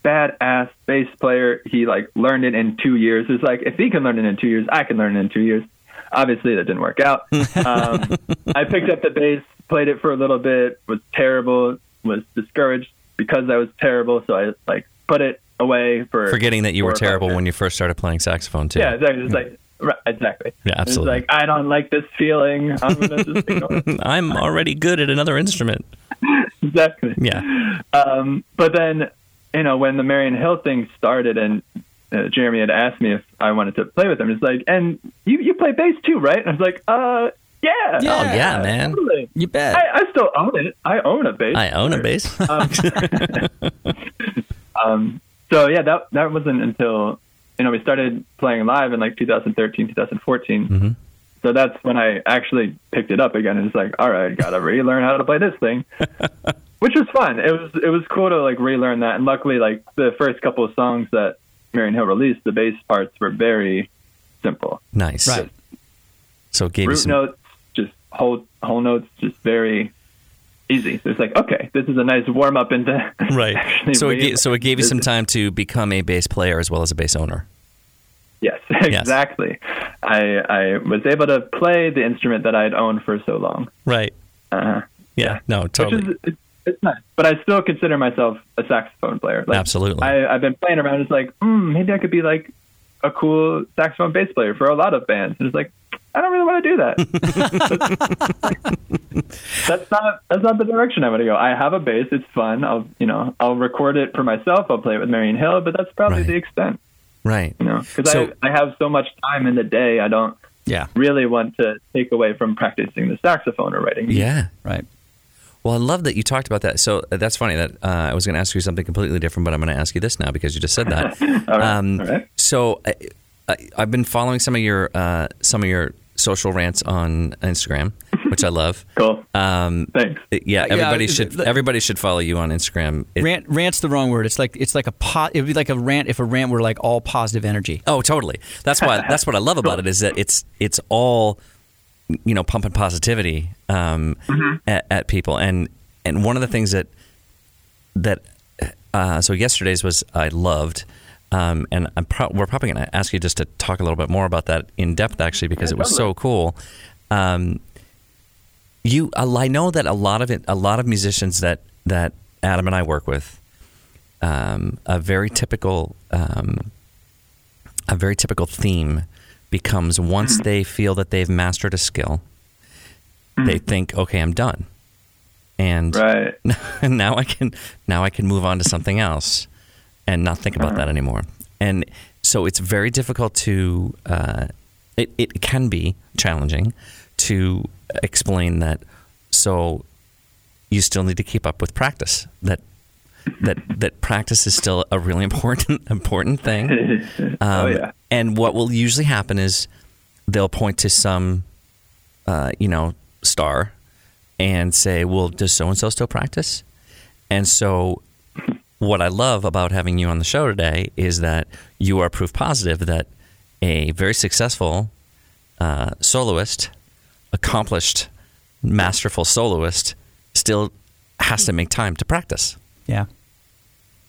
Speaker 4: badass bass player. He like learned it in two years. It's like, if he can learn it in two years, I can learn it in two years. Obviously, that didn't work out. Um, I picked up the bass, played it for a little bit, was terrible, was discouraged because I was terrible. So I like put it away for
Speaker 3: Forgetting that you were
Speaker 4: four or five
Speaker 3: terrible
Speaker 4: years.
Speaker 3: when you first started playing saxophone too.
Speaker 4: Yeah, exactly. It's like right, exactly.
Speaker 3: Yeah, absolutely.
Speaker 4: It's like I don't like this feeling. I'm gonna just ignore it.
Speaker 3: Hmm, I'm already good at another instrument.
Speaker 4: exactly.
Speaker 3: Yeah.
Speaker 4: Um, but then you know when the Marion Hill thing started and. Uh, Jeremy had asked me if I wanted to play with him. He's like, "And you you play bass too, right?" And I was like, "Uh, yeah,
Speaker 1: Yeah.
Speaker 3: Oh yeah, man.
Speaker 4: totally.
Speaker 1: You bet.
Speaker 4: I, I still own it. I own a bass.
Speaker 3: I own a bass.
Speaker 4: Uh, So yeah, that that wasn't until you know we started playing live in like 2013, 2014.
Speaker 3: Mm-hmm.
Speaker 4: So that's when I actually picked it up again. And it's like, all right, gotta relearn how to play this thing, which was fun. It was it was cool to like relearn that. And luckily, like the first couple of songs that Marion Hill released, the bass parts were very simple.
Speaker 3: nice.
Speaker 1: Right.
Speaker 3: So it gave you
Speaker 4: Root
Speaker 3: some
Speaker 4: notes, just whole whole notes, just very easy. So it's like, okay, this is a nice warm up into actually
Speaker 3: Right. So it
Speaker 4: really-
Speaker 3: gave, so it gave you some time to become a bass player as well as a bass owner.
Speaker 4: Yes, exactly. I I was able to play the instrument that I'd owned for so long,
Speaker 3: Right.
Speaker 4: uh,
Speaker 3: Yeah. No.
Speaker 4: which
Speaker 3: Totally.
Speaker 4: is it's, it's nice. But I still consider myself a saxophone player. Like,
Speaker 3: Absolutely.
Speaker 4: I, I've been playing around. It's like mm, maybe I could be like a cool saxophone bass player for a lot of bands. And it's like I don't really want to do that. that's not that's not the direction I want to go. I have a bass. It's fun. I'll you know I'll record it for myself. I'll play it with Marion Hill. But that's probably
Speaker 3: Right.
Speaker 4: the extent.
Speaker 3: right.
Speaker 4: You know, because
Speaker 3: So-
Speaker 4: I I have so much time in the day. I don't
Speaker 1: yeah.
Speaker 4: really want to take away from practicing the saxophone or writing.
Speaker 3: Yeah.
Speaker 1: Right.
Speaker 3: Well, I love that you talked about that. So uh, that's funny that uh, I was going to ask you something completely different, but I'm going to ask you this now because you just said that. um,
Speaker 4: all right.
Speaker 3: So I, I, I've been following some of your uh, some of your social rants on Instagram, which I love.
Speaker 4: Cool. Uh,
Speaker 3: Um,
Speaker 4: Thanks.
Speaker 3: yeah, everybody
Speaker 1: it-
Speaker 3: should
Speaker 1: it-
Speaker 3: everybody should follow you on Instagram. It-
Speaker 1: Rant rant's the wrong word. It's like it's like a pot. It would be like a rant if a rant were like all positive energy.
Speaker 3: Oh, totally. That's why. That's what I love about it is that it's it's all you know pumping positivity um, at, at people, and and one of the things that that uh, so yesterday's was I loved, um, and I'm pro- we're probably going to ask you just to talk a little bit more about that in depth actually because it was so cool. Um, you, I know that a lot of it, a lot of musicians that that Adam and I work with, um, a very typical um, a very typical theme becomes once they feel that they've mastered a skill, they think, okay, I'm done, and
Speaker 4: Right.
Speaker 3: now I can now I can move on to something else and not think about that anymore. And so it's very difficult to uh, it it can be challenging to explain that. So you still need to keep up with practice. That that that practice is still a really important important thing. Um,
Speaker 4: Oh, yeah.
Speaker 3: And what will usually happen is they'll point to some uh, you know, star and say, well, does so and so still practice? And so, what I love about having you on the show today is that you are proof positive that a very successful uh, soloist, accomplished, masterful soloist, still has to make time to practice,
Speaker 1: Yeah.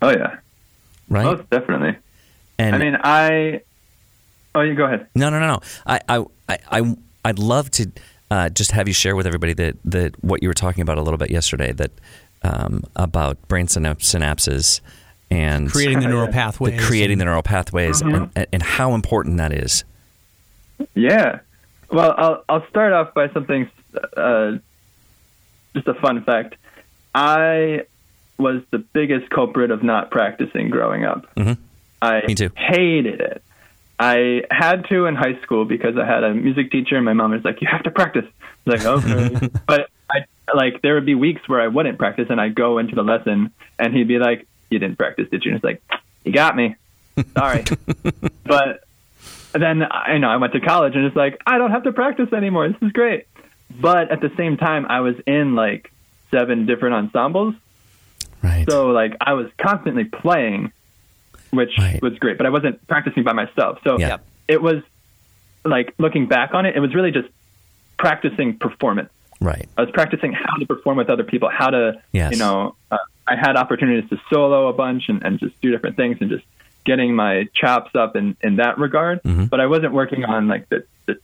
Speaker 4: Oh yeah.
Speaker 3: right?
Speaker 4: Most definitely.
Speaker 3: and
Speaker 4: I mean, I. Oh, you go ahead.
Speaker 3: No, no, no, no. I, I, I, I I'd love to uh, just have you share with everybody that that what you were talking about a little bit yesterday that um, about brain synap- synapses and
Speaker 1: Creating the neural
Speaker 3: the
Speaker 1: pathways.
Speaker 3: creating the neural pathways
Speaker 4: Mm-hmm.
Speaker 3: and, and how important that is.
Speaker 4: Yeah. Well, I'll I'll start off by something, uh, just a fun fact. I was the biggest culprit of not practicing growing up.
Speaker 3: Mhm.
Speaker 4: I
Speaker 3: Me too.
Speaker 4: hated it. I had to in high school because I had a music teacher, and my mom was like, "You have to practice." I was like, "Okay," but I like there would be weeks where I wouldn't practice, and I'd go into the lesson, and he'd be like, "You didn't practice, did you?" And it's like, "You got me." Sorry, but then I you know I went to college, and it's like I don't have to practice anymore. This is great. But at the same time, I was in like seven different ensembles,
Speaker 3: Right.
Speaker 4: so like I was constantly playing, which
Speaker 3: Right.
Speaker 4: was great, but I wasn't practicing by myself. So
Speaker 3: Yeah. Yep.
Speaker 4: it was like looking back on it, it was really just practicing performance.
Speaker 3: Right.
Speaker 4: I was practicing how to perform with other people, how to,
Speaker 3: Yes.
Speaker 4: you know, uh, I had opportunities to solo a bunch and, and just do different things and just getting my chops up in, in that regard.
Speaker 3: Mm-hmm.
Speaker 4: But I wasn't working on like the, the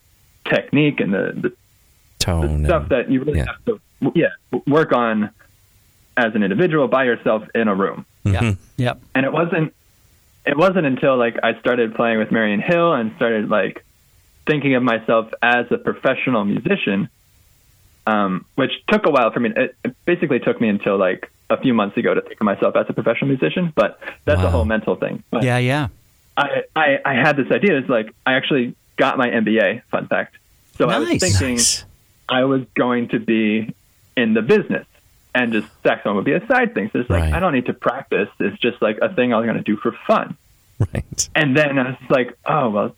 Speaker 4: technique and the, the
Speaker 3: Tone.
Speaker 4: stuff
Speaker 3: and-
Speaker 4: that you really
Speaker 3: Oh, yeah.
Speaker 4: have to, w- yeah, w- work on as an individual by yourself in a room
Speaker 1: Yeah. Yep.
Speaker 4: and it wasn't it wasn't until like I started playing with Marion Hill and started like thinking of myself as a professional musician, um, which took a while for me. It, it basically took me until like a few months ago to think of myself as a professional musician, but that's
Speaker 3: Wow.
Speaker 4: a whole mental thing. But
Speaker 1: Yeah. Yeah.
Speaker 4: I, I I had this idea. It's like I actually got my MBA. Fun fact. So I was
Speaker 1: Nice.
Speaker 4: thinking
Speaker 3: Nice.
Speaker 4: I was going to be in the business. And just saxophone would be a side thing. So it's like
Speaker 3: Right.
Speaker 4: I don't need to practice. It's just like a thing I was going to do for fun.
Speaker 3: Right.
Speaker 4: And then I was like, oh, well,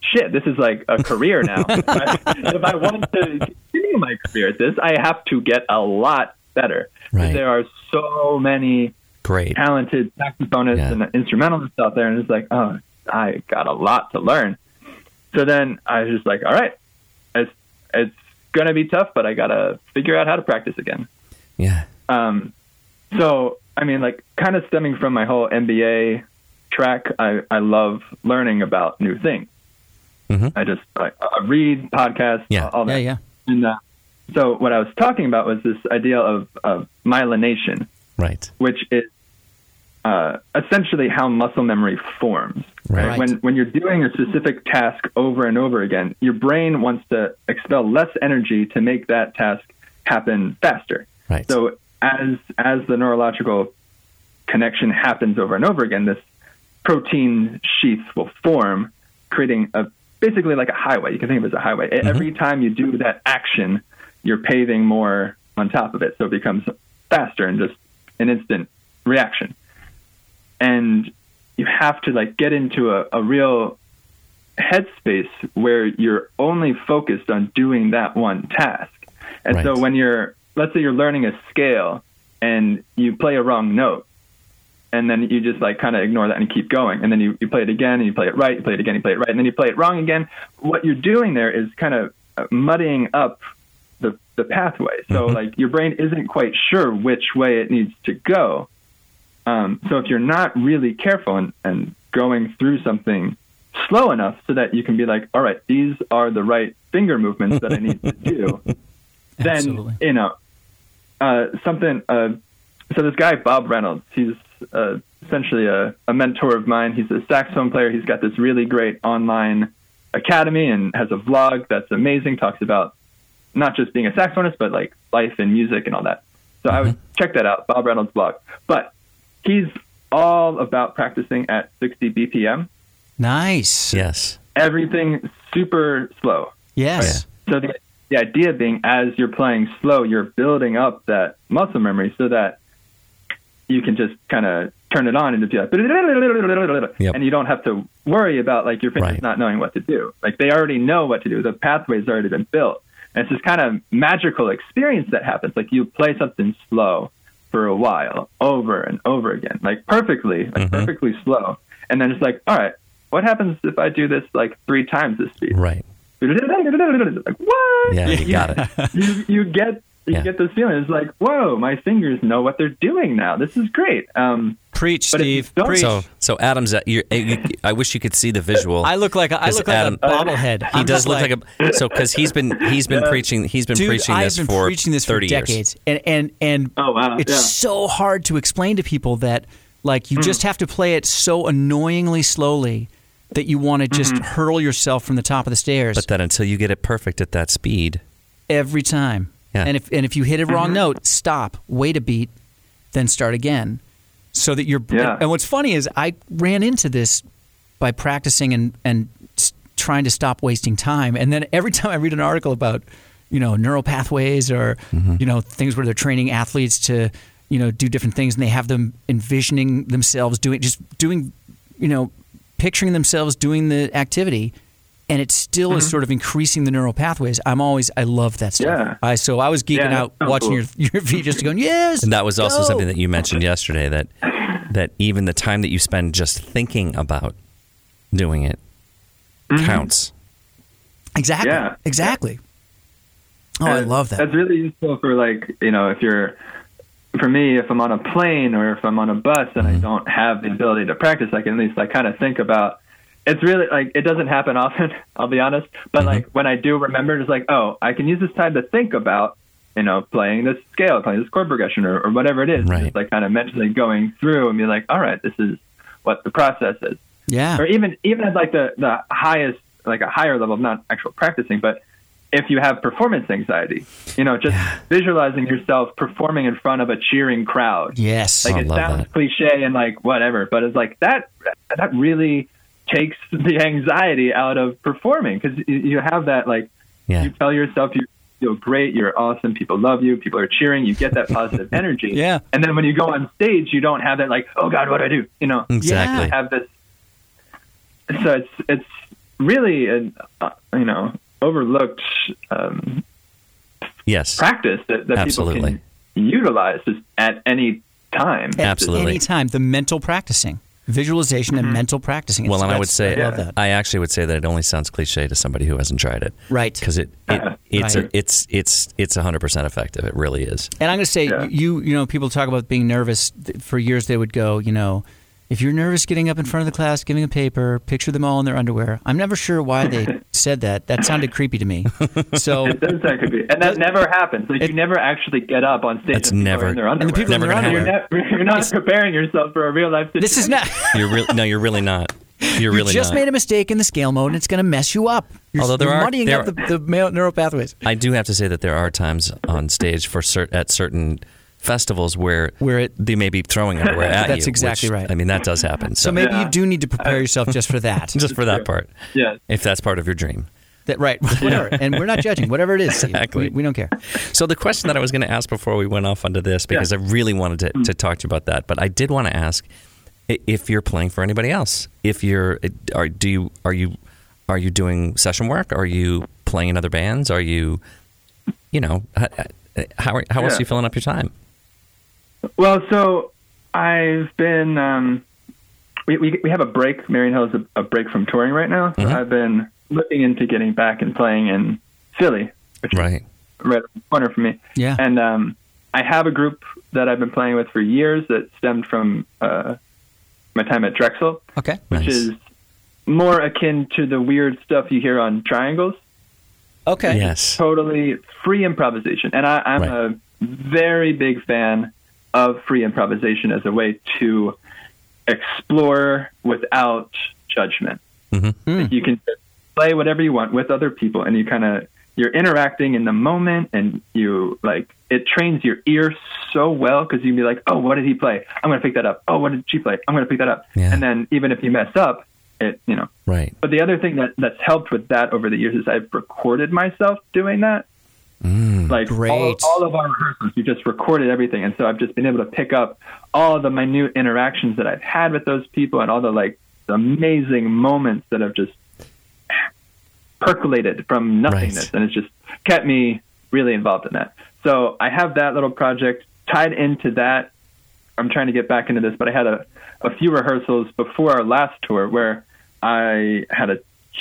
Speaker 4: shit, this is like a career now. if, I, if I want to continue my career at this, I have to get a lot better. 'Cause
Speaker 3: Right.
Speaker 4: There are so many
Speaker 3: Great.
Speaker 4: talented saxophonists
Speaker 3: Yeah.
Speaker 4: and instrumentalists out there. And it's like, oh, I got a lot to learn. So then I was just like, all right, it's, it's going to be tough, but I got to figure out how to practice again.
Speaker 3: Yeah.
Speaker 4: Um, so, I mean, like, kind of stemming from my whole MBA track, I, I love learning about new things.
Speaker 3: Mhm.
Speaker 4: I just like I read podcasts,
Speaker 3: Yeah.
Speaker 4: all
Speaker 1: Yeah.
Speaker 4: that.
Speaker 1: Yeah.
Speaker 4: And, uh, so, what I was talking about was this idea of, of myelination,
Speaker 3: Right.
Speaker 4: which is uh, essentially how muscle memory forms.
Speaker 3: Right.
Speaker 4: When when you're doing a specific task over and over again, your brain wants to expel less energy to make that task happen faster.
Speaker 3: Right.
Speaker 4: So as as the neurological connection happens over and over again, this protein sheath will form, creating a basically like a highway. You can think of it as a highway. E-, Every time you do that action, you're paving more on top of it, so it becomes faster and just an instant reaction. And you have to like get into a, a real headspace where you're only focused on doing that one task. And
Speaker 3: Right.
Speaker 4: so when you're let's say you're learning a scale and you play a wrong note and then you just like kind of ignore that and keep going and then you, you play it again and you play it right you play it again you play it right and then you play it wrong again what you're doing there is kind of uh, muddying up the, the pathway so like your brain isn't quite sure which way it needs to go um, so if you're not really careful and, and going through something slow enough so that you can be like, all right, these are the right finger movements that I need to do, then
Speaker 1: Absolutely.
Speaker 4: you know uh, something. Uh, so this guy Bob Reynolds, he's uh, essentially a, a mentor of mine. He's a saxophone player. He's got this really great online academy and has a vlog that's amazing. Talks about not just being a saxophonist, but like life and music and all that. So I would check that out, Bob Reynolds' blog. But he's all about practicing at 60 BPM.
Speaker 1: Nice.
Speaker 3: Yes.
Speaker 4: Everything super slow.
Speaker 1: Yes.
Speaker 4: So the, the idea being, as you're playing slow, you're building up that muscle memory so that you can just kind of turn it on and just be like,
Speaker 3: Yep.
Speaker 4: and you don't have to worry about like your fingers
Speaker 3: Right.
Speaker 4: not knowing what to do. Like they already know what to do. The pathway's already been built. And it's this kind of magical experience that happens. Like you play something slow for a while, over and over again, like perfectly,
Speaker 3: Mm-hmm.
Speaker 4: like perfectly slow. And then it's like, all right, what happens if I do this like three times this speed?
Speaker 3: Right.
Speaker 4: like what?
Speaker 3: Yeah. You got it.
Speaker 4: You, you get you
Speaker 3: Yeah.
Speaker 4: get this feeling. It's like whoa, my fingers know what they're doing now. This is great. Um,
Speaker 1: Preach,
Speaker 4: But if you
Speaker 1: Steve.
Speaker 4: don't-
Speaker 1: Preach.
Speaker 3: So, so Adam's. at- You're, uh, you, I wish you could see the visual.
Speaker 1: I look like a, I
Speaker 3: Because
Speaker 1: look like
Speaker 3: Adam-
Speaker 1: a bobblehead.
Speaker 3: he does look like, a so because he's been he's been preaching he's been
Speaker 1: dude.
Speaker 3: preaching
Speaker 1: I've
Speaker 3: this
Speaker 1: been
Speaker 3: for
Speaker 1: preaching this
Speaker 3: thirty
Speaker 1: for decades, and and and
Speaker 4: Oh, wow,
Speaker 1: it's
Speaker 4: yeah. Hmm.
Speaker 1: so hard to explain to people that like you just have to play it so annoyingly slowly that you want to just
Speaker 4: Mm-hmm.
Speaker 1: hurl yourself from the top of the stairs
Speaker 3: But then until you get it perfect at that speed,
Speaker 1: every time.
Speaker 3: Yeah.
Speaker 1: And if and if you hit a wrong note, stop, wait a beat, then start again. So that you're
Speaker 4: Yeah.
Speaker 1: and what's funny is I ran into this by practicing and and s- trying to stop wasting time. And then every time I read an article about, you know, neural pathways or
Speaker 4: Mm-hmm.
Speaker 1: you know, things where they're training athletes to, you know, do different things and they have them envisioning themselves doing just doing, you know, picturing themselves doing the activity and it still
Speaker 4: Mm-hmm.
Speaker 1: is sort of increasing the neural pathways. I'm always I love that stuff.
Speaker 4: Yeah.
Speaker 1: I so I was geeking
Speaker 4: Yeah,
Speaker 1: out
Speaker 4: that's so
Speaker 1: watching
Speaker 4: cool.
Speaker 1: your your videos just going, Yes.
Speaker 3: and that was also
Speaker 1: go."
Speaker 3: something that you mentioned yesterday that that even the time that you spend just thinking about
Speaker 1: Mm-hmm.
Speaker 3: doing it counts.
Speaker 1: Exactly.
Speaker 4: Yeah.
Speaker 1: Exactly. Oh, I
Speaker 4: And
Speaker 1: love that.
Speaker 4: That's really useful for like you know if you're for me if I'm on a plane or if I'm on a bus and
Speaker 1: Mm-hmm.
Speaker 4: I don't have the ability to practice, I can at least like kind of think about. It's really like it doesn't happen often. I'll be honest, but
Speaker 1: Mm-hmm.
Speaker 4: like when I do remember, it's like oh, I can use this time to think about you know playing this scale, playing this chord progression, or, or whatever it is.
Speaker 3: Right.
Speaker 4: Just like kind of mentally going through and be like, all right, this is what the process is
Speaker 1: Yeah.
Speaker 4: or even even at like the the highest like a higher level of not actual practicing but if you have performance anxiety you know just visualizing yourself performing in front of a cheering crowd
Speaker 1: Yes.
Speaker 4: like
Speaker 3: Oh, I
Speaker 4: it
Speaker 3: love
Speaker 4: sounds
Speaker 3: that.
Speaker 4: cliche and like whatever but it's like that that really takes the anxiety out of performing because you have that like
Speaker 3: Yeah.
Speaker 4: you tell yourself you feel great, you're awesome, people love you, people are cheering, you get that positive energy.
Speaker 1: Yeah.
Speaker 4: And then when you go on stage, you don't have that like, oh God, what do I do? You know,
Speaker 3: Exactly.
Speaker 4: you have this. So it's it's really an uh, you know overlooked um,
Speaker 3: Yes.
Speaker 4: practice that, that
Speaker 3: Absolutely.
Speaker 4: people can utilize just at any time.
Speaker 1: At
Speaker 3: Oh, Absolutely.
Speaker 1: Any time, the mental practicing, visualization,
Speaker 4: Mm-hmm.
Speaker 1: and mental practicing.
Speaker 3: Well,
Speaker 1: It's-
Speaker 3: and I would
Speaker 1: that's-
Speaker 3: say
Speaker 1: I love that.
Speaker 3: I actually would say that it only sounds cliche to somebody who hasn't tried it,
Speaker 1: Right.
Speaker 3: Because it, it it's
Speaker 1: Right.
Speaker 3: a, it's it's it's hundred percent effective. It really is.
Speaker 1: And I'm going to say,
Speaker 4: Yeah.
Speaker 1: you you know, people talk about being nervous. Th- For years, they would go, you know, if you're nervous getting up in front of the class, giving a paper, picture them all in their underwear. I'm never sure why they said that. That sounded creepy to me. So, and
Speaker 4: That's- that could be, and that never happens. Like you never actually get up on stage.
Speaker 3: That's
Speaker 4: and people are
Speaker 3: never-
Speaker 4: in their
Speaker 3: And
Speaker 1: the
Speaker 4: underwear.
Speaker 1: people in
Speaker 3: Never
Speaker 1: their
Speaker 3: gonna
Speaker 1: underwear.
Speaker 3: happen.
Speaker 4: You're, ne- you're not preparing yourself for a real life.
Speaker 1: This is not.
Speaker 3: You're really no, you're really not. You're really
Speaker 1: you just
Speaker 3: not.
Speaker 1: made a mistake in the scale mode, and it's going to mess you up. You're,
Speaker 3: Although there
Speaker 1: you're
Speaker 3: are-
Speaker 1: muddying
Speaker 3: there
Speaker 1: up
Speaker 3: are-
Speaker 1: the, the ma- neural pathways.
Speaker 3: I do have to say that there are times on stage for cer- at certain festivals where
Speaker 1: Where it-
Speaker 3: they may be throwing underwear at you.
Speaker 1: That's exactly
Speaker 3: which,
Speaker 1: right.
Speaker 3: I mean that does happen. So,
Speaker 1: So maybe
Speaker 4: Yeah.
Speaker 1: you do need to prepare yourself just for that.
Speaker 3: just for that part,
Speaker 4: Yeah.
Speaker 3: if that's part of your dream.
Speaker 1: that right, whatever. And we're not judging. Whatever it is, Steve.
Speaker 3: Exactly.
Speaker 1: we, we don't care.
Speaker 3: So the question that I was going to ask before we went off onto this, because I really wanted to,
Speaker 4: Mm.
Speaker 3: to talk to you about that, but I did want to ask i- if you're playing for anybody else. If you're, are do you are you are you doing session work? Are you playing in other bands? Are you, you know, h- how are- how else
Speaker 4: Yeah.
Speaker 3: are you filling up your time?
Speaker 4: Well, so I've been. Um, we, we we have a break. Marion Hill is a, a break from touring right now. So
Speaker 3: Mhm.
Speaker 4: I've been looking into getting back and playing in Philly, which is
Speaker 3: Right.
Speaker 4: right around the corner for me.
Speaker 1: Yeah.
Speaker 4: And um, I have a group that I've been playing with for years that stemmed from uh, my time at Drexel,
Speaker 1: Okay.
Speaker 4: which
Speaker 3: Nice.
Speaker 4: is more akin to the weird stuff you hear on Triangles
Speaker 1: Okay.
Speaker 3: Yes.
Speaker 4: totally free improvisation. And I, I'm
Speaker 3: Right.
Speaker 4: a very big fan of free improvisation as a way to explore without judgment.
Speaker 3: Mhm.
Speaker 1: Mm.
Speaker 4: You can play whatever you want with other people, and you kind of you're interacting in the moment, and you like it trains your ear so well because you can be like, oh, what did he play? I'm gonna pick that up. Oh, what did she play? I'm gonna pick that up.
Speaker 3: Yeah.
Speaker 4: And then even if you mess up, it you know
Speaker 3: Right.
Speaker 4: but the other thing that, that's helped with that over the years is I've recorded myself doing that.
Speaker 3: Mm.
Speaker 4: like all-
Speaker 1: great.
Speaker 4: All, of our rehearsals, we just recorded everything, and so I've just been able to pick up all the minute interactions that I've had with those people, and all the like the amazing moments that have just percolated from nothingness,
Speaker 3: Right.
Speaker 4: and it's just kept me really involved in that. So I have that little project tied into that I'm trying to get back into this, but I had a, a few rehearsals before our last tour where I had a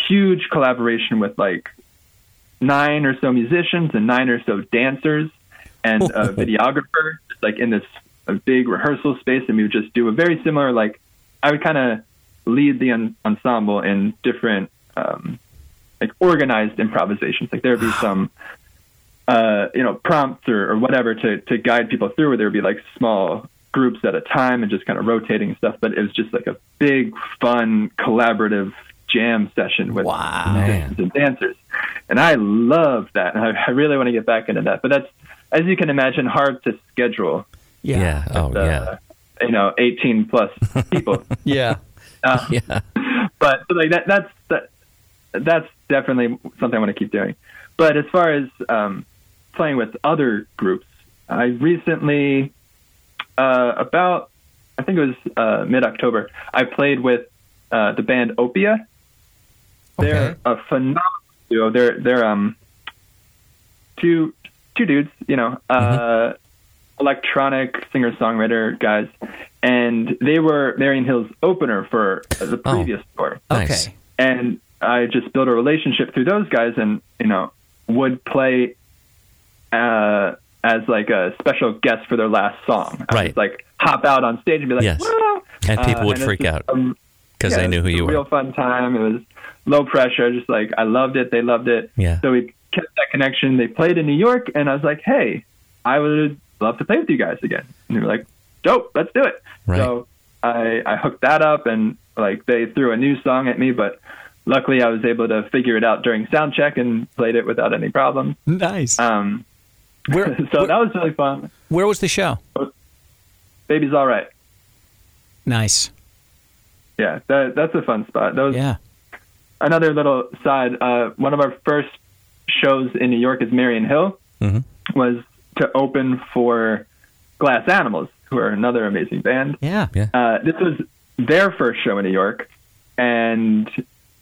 Speaker 4: huge collaboration with like nine or so musicians and nine or so dancers and a videographer, just like in this a big rehearsal space. And we would just do a very similar, like, I would kind of lead the en- ensemble in different, um, like, organized improvisations. Like, there would be some uh, you know, prompts or, or whatever to, to guide people through where there would be like small groups at a time and just kind of rotating and stuff. But it was just like a big, fun, collaborative jam session with
Speaker 1: Wow.
Speaker 4: musicians and dancers. And I love that. And I, I really want to get back into that. But that's, as you can imagine, hard to schedule,
Speaker 1: Yeah.
Speaker 3: Yeah. Oh, yeah.
Speaker 4: uh, you know, 18 plus people.
Speaker 1: Yeah.
Speaker 3: Yeah.
Speaker 4: but, but like that that's that, that's definitely something I want to keep doing. But as far as um, playing with other groups, I recently uh, about I think it was uh, mid October I played with uh, the band Opia. They're
Speaker 1: Okay.
Speaker 4: a phenomenal duo. They're they're um two two dudes, you know, uh, electronic singer songwriter guys, and they were Marion Hill's opener for the
Speaker 3: Oh.
Speaker 4: previous tour
Speaker 3: Nice.
Speaker 1: Okay.
Speaker 4: and I just built a relationship through those guys, and you know would play uh, as like a special guest for their last song. I
Speaker 3: Right.
Speaker 4: would, like hop out on stage and be like,
Speaker 3: Yes.
Speaker 4: "Whoa!"
Speaker 3: And people would
Speaker 4: uh, it's
Speaker 3: freak
Speaker 4: just
Speaker 3: out.
Speaker 4: a-
Speaker 3: because
Speaker 4: yeah,
Speaker 3: they knew who
Speaker 4: it was
Speaker 3: you
Speaker 4: a
Speaker 3: were.
Speaker 4: Real fun time. It was low pressure. Just like I loved it. They loved it.
Speaker 3: Yeah.
Speaker 4: So we kept that connection. They played in New York, and I was like, "Hey, I would love to play with you guys again." And they were like, "Dope, let's do it."
Speaker 3: Right.
Speaker 4: So I I hooked that up, and like they threw a new song at me, but luckily I was able to figure it out during sound check and played it without any problems.
Speaker 1: Nice.
Speaker 4: Um,
Speaker 1: Where,
Speaker 4: so that was really fun.
Speaker 1: where was the show?
Speaker 4: Baby's all right.
Speaker 1: Nice.
Speaker 4: Yeah, that, that's a fun spot. That was
Speaker 1: Yeah.
Speaker 4: another little side. Uh, one of our first shows in New York is Marion Hill
Speaker 3: Mhm.
Speaker 4: was to open for Glass Animals, who are another amazing band.
Speaker 1: Yeah.
Speaker 3: Yeah.
Speaker 4: Uh, this was their first show in New York, and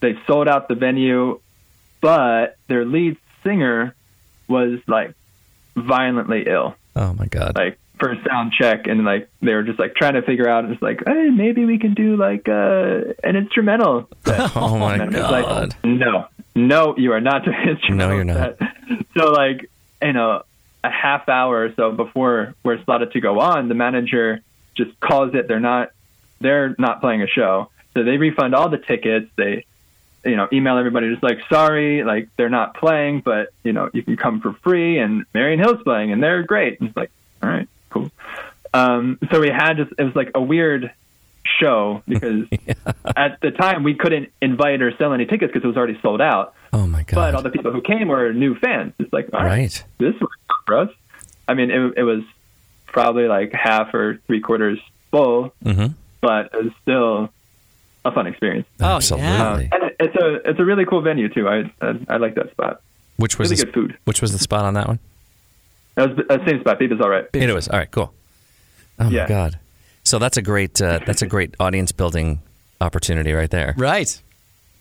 Speaker 4: they sold out the venue, but their lead singer was like violently ill.
Speaker 3: Oh my God.
Speaker 4: like for a sound check and like they were just like trying to figure out it's like hey maybe we can do like uh an instrumental
Speaker 3: oh my
Speaker 4: and it's
Speaker 3: God.
Speaker 4: like no no you are not doing instrumental
Speaker 3: No, you're not.
Speaker 4: set." so like you know a half hour or so before we're slotted to go on the manager just calls it they're not they're not playing a show so they refund all the tickets they you know, email everybody just like, sorry, like they're not playing, but you know, you can come for free and Marion Hill's playing and they're great. And it's like, all right, cool. Um, so we had just, it was like a weird show because at the time we couldn't invite or sell any tickets because it was already sold out.
Speaker 3: Oh my God.
Speaker 4: But all the people who came were new fans. It's like, all right,
Speaker 3: Right.
Speaker 4: this worked out for us. I mean, it, it was probably like half or three quarters full,
Speaker 3: Mhm.
Speaker 4: but it was still a fun experience. Uh,
Speaker 1: yeah.
Speaker 3: Absolutely.
Speaker 4: And it- it's a it's a really cool venue too. I I, I like that spot.
Speaker 3: Which was
Speaker 4: really
Speaker 3: the,
Speaker 4: good food.
Speaker 3: Which was the spot on that one?
Speaker 4: That was the same spot. Beavis, all right.
Speaker 3: It was. All right. Cool. Oh my
Speaker 4: Yeah.
Speaker 3: God. So that's a great uh, that's a great audience building opportunity right there.
Speaker 1: Right.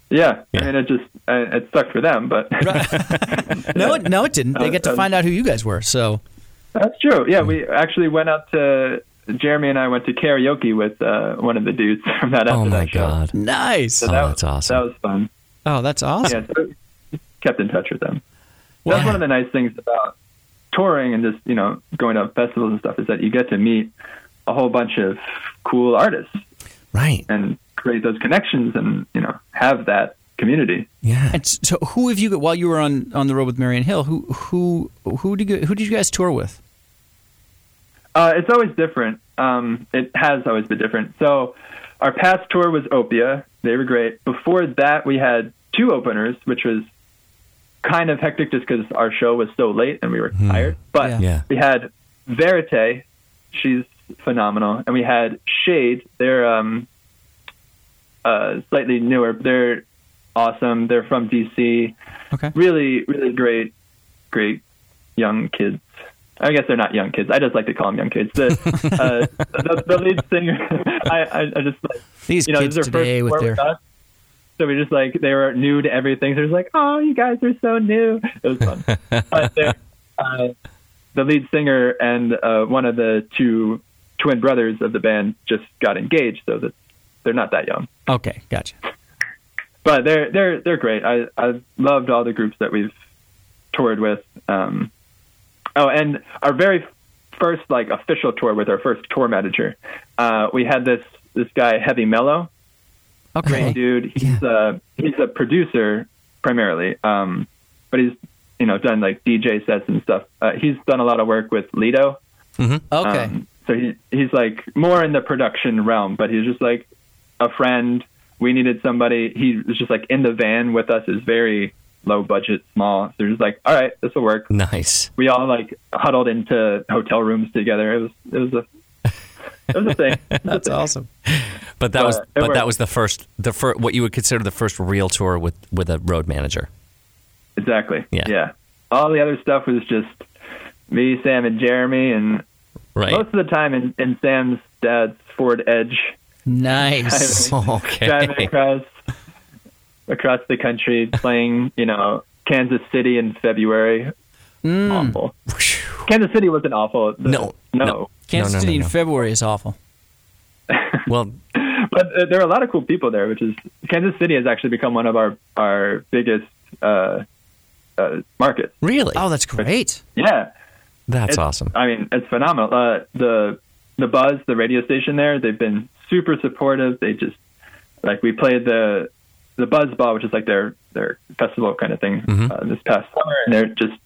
Speaker 4: Yeah,
Speaker 3: Yeah.
Speaker 4: I mean, it just uh, it sucked for them, but
Speaker 1: No, it, no, it didn't. They get to find out who you guys were. So
Speaker 4: that's true. Yeah, we actually went out to Jeremy and I went to karaoke with uh, one of the dudes from that.
Speaker 3: Oh
Speaker 4: after
Speaker 3: my
Speaker 4: that show.
Speaker 3: God.
Speaker 1: nice.
Speaker 3: Oh,
Speaker 4: That-
Speaker 3: that's awesome.
Speaker 4: That was fun.
Speaker 1: Oh, that's awesome.
Speaker 4: Yeah, so we kept in touch with them.
Speaker 3: Well-
Speaker 4: that's one of the nice things about touring and just you know going to festivals and stuff is that you get to meet a whole bunch of cool artists
Speaker 3: right.
Speaker 4: and create those connections and you know have that community.
Speaker 3: Yeah.
Speaker 1: And s- so, who have you got while you were on, on the road with Marion Hill? Who who who did you, who did you guys tour with?
Speaker 4: Uh, it's always different. Um, it has always been different. So our past tour was Opia. They were great. Before that, we had two openers, which was kind of hectic just because our show was so late and we were tired. But
Speaker 1: Yeah.
Speaker 3: Hmm. Yeah.
Speaker 4: we had Verite. She's phenomenal. And we had Shade. They're um, uh, slightly newer. They're awesome. They're from D.C.
Speaker 1: Okay.
Speaker 4: Really, really great, great young kids. I guess they're not young kids. I just like to call them young kids. The, uh, the, the lead singer, I, I, I just like,
Speaker 1: These
Speaker 4: you know,
Speaker 1: kids
Speaker 4: this is their
Speaker 1: today
Speaker 4: first
Speaker 1: with
Speaker 4: tour
Speaker 1: their
Speaker 4: us. So we just like they were new to everything. So it was like, oh, you guys are so new. It was fun. but they're, uh, the lead singer and uh, one of the two twin brothers of the band just got engaged, so that they're not that young.
Speaker 1: okay, gotcha.
Speaker 4: But they're they're they're great. I I loved all the groups that we've toured with. Um, oh, and our very first like official tour with our first tour manager, uh, we had this this guy Heavy Mellow
Speaker 1: Okay,
Speaker 4: great dude. He's uh he's a producer primarily, um, but he's you know done like DJ sets and stuff. Uh, he's done a lot of work with Lido.
Speaker 1: okay,
Speaker 4: Um, so he he's like more in the production realm, but he's just like a friend. We needed somebody. He was just like in the van with us. Is very low budget, small. So they're just like, all right, this will work.
Speaker 3: Nice.
Speaker 4: We all like huddled into hotel rooms together. It was it was a it was a thing. It was a
Speaker 1: that's
Speaker 4: thing.
Speaker 1: awesome.
Speaker 3: But that
Speaker 4: Uh,
Speaker 3: was
Speaker 4: it
Speaker 3: but that
Speaker 4: worked.
Speaker 3: was the first the fir- what you would consider the first real tour with with a road manager.
Speaker 4: Exactly.
Speaker 3: Yeah.
Speaker 4: Yeah. All the other stuff was just me, Sam, and Jeremy, and
Speaker 3: Right.
Speaker 4: most of the time in, in Sam's dad's Ford Edge,
Speaker 1: Nice.
Speaker 4: driving
Speaker 3: okay.
Speaker 4: across across the country, playing you know Kansas City in February. Awful. Kansas City wasn't awful. The-
Speaker 3: Mm. No,
Speaker 4: no.
Speaker 3: no.
Speaker 1: Kansas
Speaker 3: No, no, no,
Speaker 1: City
Speaker 3: no.
Speaker 1: in February is awful.
Speaker 3: Well,
Speaker 4: But uh, there are a lot of cool people there, which is Kansas City has actually become one of our our biggest uh, uh, markets.
Speaker 3: really?
Speaker 1: Oh, that's great.
Speaker 4: Yeah,
Speaker 3: That's
Speaker 4: it's,
Speaker 3: awesome.
Speaker 4: I mean, it's phenomenal. Uh, the the buzz, the radio station there, they've been super supportive. They just like we played the the Buzz Ball, which is like their their festival kind of thing uh,
Speaker 1: Mm-hmm.
Speaker 4: this past summer, and they're just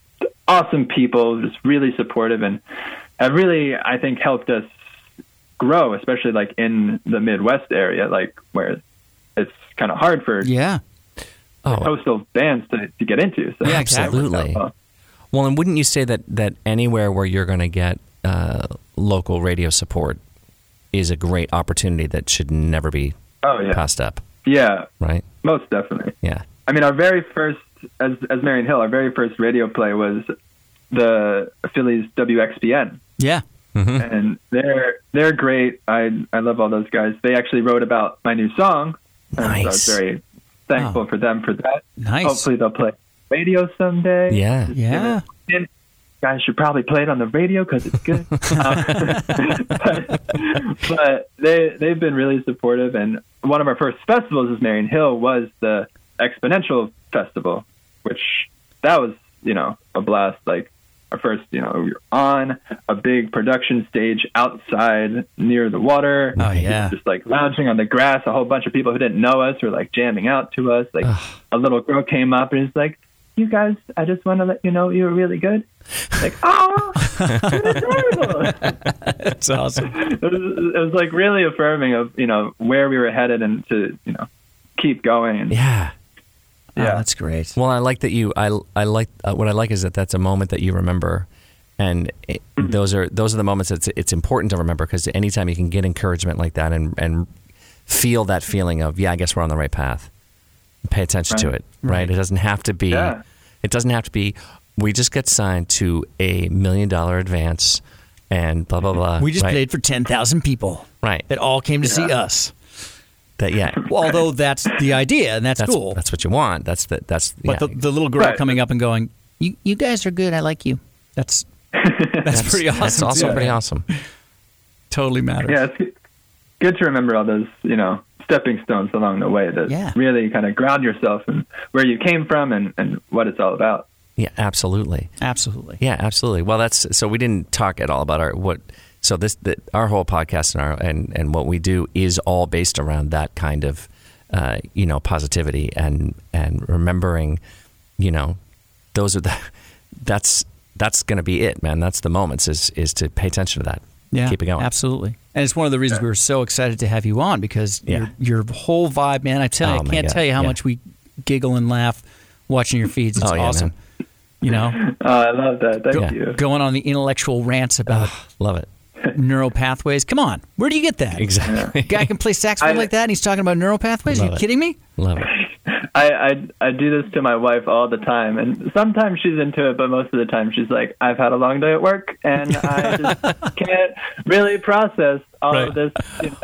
Speaker 4: awesome people, just really supportive, and have really I think helped us grow, especially like in the Midwest area, like where it's kind of hard for
Speaker 1: Yeah.
Speaker 3: Oh,
Speaker 4: coastal bands to, to get into. So
Speaker 1: Yeah, exactly.
Speaker 3: absolutely.
Speaker 4: So, uh,
Speaker 3: Well, and wouldn't you say that that anywhere where you're going to get uh, local radio support is a great opportunity that should never be
Speaker 4: Oh, yeah.
Speaker 3: passed up,
Speaker 4: yeah,
Speaker 3: right?
Speaker 4: most definitely.
Speaker 3: Yeah.
Speaker 4: I mean, our very first, as as Marion Hill, our very first radio play was the Phillies WXPN,
Speaker 1: Yeah.
Speaker 4: and they're they're great. I I love all those guys. They actually wrote about my new song, and so I was
Speaker 3: Nice. Oh.
Speaker 4: very thankful
Speaker 1: Wow.
Speaker 4: for them for that.
Speaker 1: Nice.
Speaker 4: Hopefully, they'll play radio someday.
Speaker 3: Yeah.
Speaker 1: Yeah.
Speaker 4: And guys should probably play it on the radio because it's good. Um, but, but they they've been really supportive, and one of our first festivals is Marion Hill was the Exponential Festival, which that was you know a blast. Like our first, you know, we were on a big production stage outside near the water.
Speaker 1: Oh, yeah.
Speaker 4: just like lounging on the grass. A whole bunch of people who didn't know us were like jamming out to us. Like a little girl came up and is like. You guys, I just want to let you know you were really good. Like, oh, terrible
Speaker 1: That's awesome.
Speaker 4: it was, it was like really affirming of you know where we were headed and to you know keep going and
Speaker 3: Yeah.
Speaker 1: Yeah.
Speaker 4: Yeah.
Speaker 1: Oh, that's great.
Speaker 3: Well, I like that you. I I like uh, what I like is that that's a moment that you remember, and it,
Speaker 4: Mm-hmm.
Speaker 3: those are those are the moments that's it's important to remember because anytime you can get encouragement like that and and feel that feeling of yeah, I guess we're on the right path. Pay attention to
Speaker 4: Right.
Speaker 3: it, right? It doesn't have to be.
Speaker 4: Yeah.
Speaker 3: It doesn't have to be. We just get signed to a million dollar advance, and blah blah blah.
Speaker 1: We just
Speaker 3: right?
Speaker 1: played for 10,000 people
Speaker 3: right.
Speaker 1: that all came to see us.
Speaker 3: That yeah.
Speaker 1: Well, although that's the idea and that's,
Speaker 3: That's
Speaker 1: cool.
Speaker 3: that's what you want. That's the that's
Speaker 1: but
Speaker 3: yeah.
Speaker 1: the, the little girl
Speaker 4: Right.
Speaker 1: coming up and going, you, you guys are good. I like you. That's that's, pretty awesome.
Speaker 3: That's also
Speaker 1: too.
Speaker 3: pretty awesome.
Speaker 1: Totally matters.
Speaker 4: yeah it's good- good to remember all those you know stepping stones along the way that
Speaker 1: Yeah.
Speaker 4: really kind of ground yourself and where you came from and and what it's all about
Speaker 3: Yeah, absolutely.
Speaker 1: Absolutely.
Speaker 3: Yeah, absolutely. Well, that's so we didn't talk at all about our what. So this the, our whole podcast and our and and what we do is all based around that kind of uh, you know positivity and and remembering you know those are the that's that's going to be it, man. That's the moments is is to pay attention to that.
Speaker 1: Yeah,
Speaker 3: keep it going.
Speaker 1: Absolutely. And it's one of the reasons we were so excited to have you on because
Speaker 3: Yeah.
Speaker 1: your, your whole vibe, man, I tell you,
Speaker 3: Oh,
Speaker 1: I
Speaker 3: my
Speaker 1: can't
Speaker 3: God.
Speaker 1: tell you how
Speaker 3: Yeah.
Speaker 1: much we giggle and laugh watching your feeds. It's
Speaker 3: Oh, yeah,
Speaker 1: awesome. You know,
Speaker 4: oh i love that thank
Speaker 1: go-
Speaker 4: you
Speaker 1: going on the intellectual rants about
Speaker 3: Love it.
Speaker 1: neural pathways. Come on, where do you get that?
Speaker 3: Exactly.
Speaker 1: Guy can play saxophone
Speaker 4: I-
Speaker 1: like that, and he's talking about neural pathways. Are you
Speaker 3: Love it.
Speaker 1: kidding me?
Speaker 3: Love it.
Speaker 4: I, I i do this to my wife all the time and sometimes she's into it but most of the time she's like i've had a long day at work and i just can't really process all of this you know,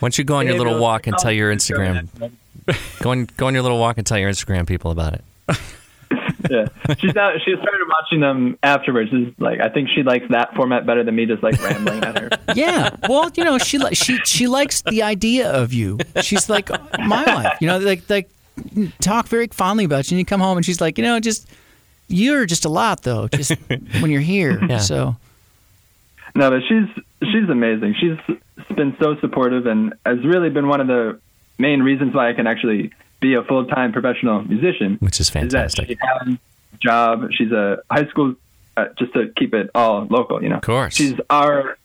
Speaker 3: Once you go on your little
Speaker 4: behavioral
Speaker 3: walk and tell your
Speaker 4: psychology.
Speaker 3: Instagram, go on, go on your little walk and tell your Instagram people about it.
Speaker 4: yeah. She's out. She started watching them afterwards. It's like I think she likes that format better than me just like rambling at her.
Speaker 1: Yeah. Well, you know, she li- she she likes the idea of you. She's like my life. You know, like like talk very fondly about you, and you come home, and she's like, you know, just you're just a lot though. Just when you're here,
Speaker 3: Yeah.
Speaker 1: so
Speaker 4: No, but she's she's amazing. She's been so supportive and has really been one of the main reasons why I can actually be a full time professional musician.
Speaker 3: Which is fantastic.
Speaker 4: Is that she has a job. She's a high school. Uh, just to keep it all local, you know. Of
Speaker 3: course.
Speaker 4: She's our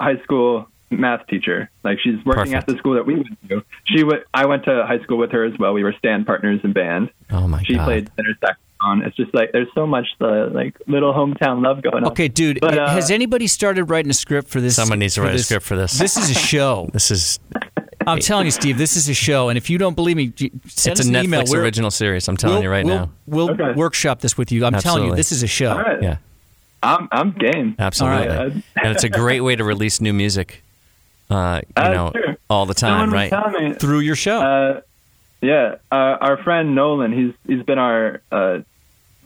Speaker 4: high school math teacher. Like she's working
Speaker 3: Perfect.
Speaker 4: at the school that we went to. She went. I went to high school with her as well. We were stand partners in band.
Speaker 3: Oh my
Speaker 4: she
Speaker 3: god.
Speaker 4: played center saxophone. It's just like there's so much the like little hometown love going on.
Speaker 1: okay, dude.
Speaker 4: But, uh,
Speaker 1: has anybody started writing a script for this?
Speaker 3: Someone needs to
Speaker 1: for
Speaker 3: write a script for this.
Speaker 1: This is a show.
Speaker 3: This is
Speaker 1: I'm telling you, Steve, this is a show. And if you don't believe me, j- send
Speaker 3: it's a
Speaker 1: us an
Speaker 3: Netflix
Speaker 1: email. We're-
Speaker 3: original series. I'm telling
Speaker 1: we'll,
Speaker 3: you right
Speaker 1: we'll,
Speaker 3: now.
Speaker 1: We'll
Speaker 4: Okay.
Speaker 1: workshop this with you. I'm telling you,
Speaker 3: Absolutely.
Speaker 1: this is a show.
Speaker 4: All right.
Speaker 3: Yeah,
Speaker 4: I'm I'm game.
Speaker 3: absolutely.
Speaker 1: uh,
Speaker 4: All right.
Speaker 3: and it's a great way to release new music. Uh, you
Speaker 4: Uh,
Speaker 3: know,
Speaker 4: sure.
Speaker 3: all the time,
Speaker 4: Someone
Speaker 3: right?
Speaker 4: was telling me,
Speaker 1: Through your show.
Speaker 4: uh, yeah, uh, our friend Nolan. He's he's been our uh,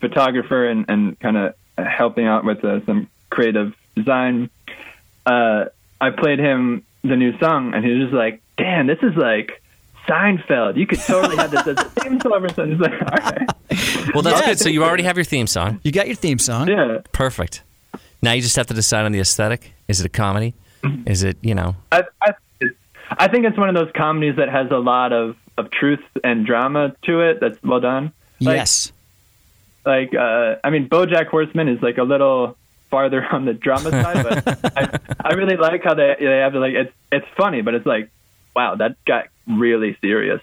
Speaker 4: photographer and and kind of helping out with uh, some creative design. Uh, I played him the new song, and he was just like, "Damn, this is like." Seinfeld, you could totally have this as a theme song or something. It's like, all right.
Speaker 3: Well, that's
Speaker 1: Yeah.
Speaker 3: good. So you already have your theme song.
Speaker 1: you got your theme song.
Speaker 4: Yeah.
Speaker 3: Perfect. Now you just have to decide on the aesthetic. Is it a comedy? Is it you know?
Speaker 4: I, I, I think it's one of those comedies that has a lot of, of truth and drama to it. That's well done. Like,
Speaker 1: yes.
Speaker 4: Like, uh, I mean, BoJack Horseman is like a little farther on the drama side, but I, I really like how they they have to like it's it's funny, but it's like, wow, that got really serious.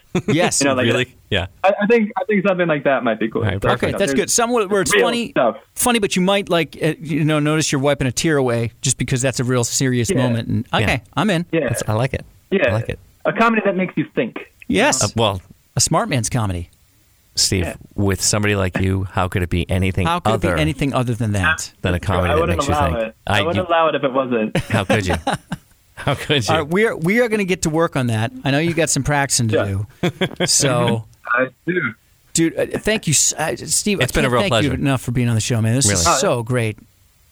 Speaker 1: Yes.
Speaker 4: You know, like
Speaker 3: really? Yeah.
Speaker 4: I, I think I think something like that might be cool.
Speaker 3: All right, perfect.
Speaker 1: Okay, that's good. Some where where it's
Speaker 4: real
Speaker 1: funny,
Speaker 4: stuff.
Speaker 1: funny, but you might like uh, you know notice you're wiping a tear away just because that's a real serious
Speaker 4: Yeah.
Speaker 1: moment. And okay,
Speaker 3: Yeah.
Speaker 1: I'm in.
Speaker 4: Yeah,
Speaker 3: That's, I like it.
Speaker 4: yeah,
Speaker 3: I like it.
Speaker 4: A comedy that makes you think.
Speaker 1: Yes,
Speaker 3: Uh, well,
Speaker 1: a smart man's comedy.
Speaker 3: Steve,
Speaker 4: Yeah.
Speaker 3: with somebody like you, how could it be anything
Speaker 1: How could
Speaker 3: other
Speaker 1: it be anything other than that?
Speaker 3: than a comedy
Speaker 4: I
Speaker 3: that
Speaker 4: wouldn't
Speaker 3: makes you
Speaker 4: allow
Speaker 3: think?
Speaker 4: it. I,
Speaker 3: you-
Speaker 4: wouldn't allow it if it wasn't.
Speaker 3: how could you? How could you?
Speaker 1: All right, we are we are going to get to work on that. I know you got some practicing to do. So,
Speaker 4: I do.
Speaker 1: dude, uh, thank you, S- uh, Steve.
Speaker 3: It's
Speaker 1: I
Speaker 3: been
Speaker 1: can't
Speaker 3: a real
Speaker 1: thank
Speaker 3: pleasure.
Speaker 1: you enough for being on the show, man. This is
Speaker 3: Really.
Speaker 1: so great,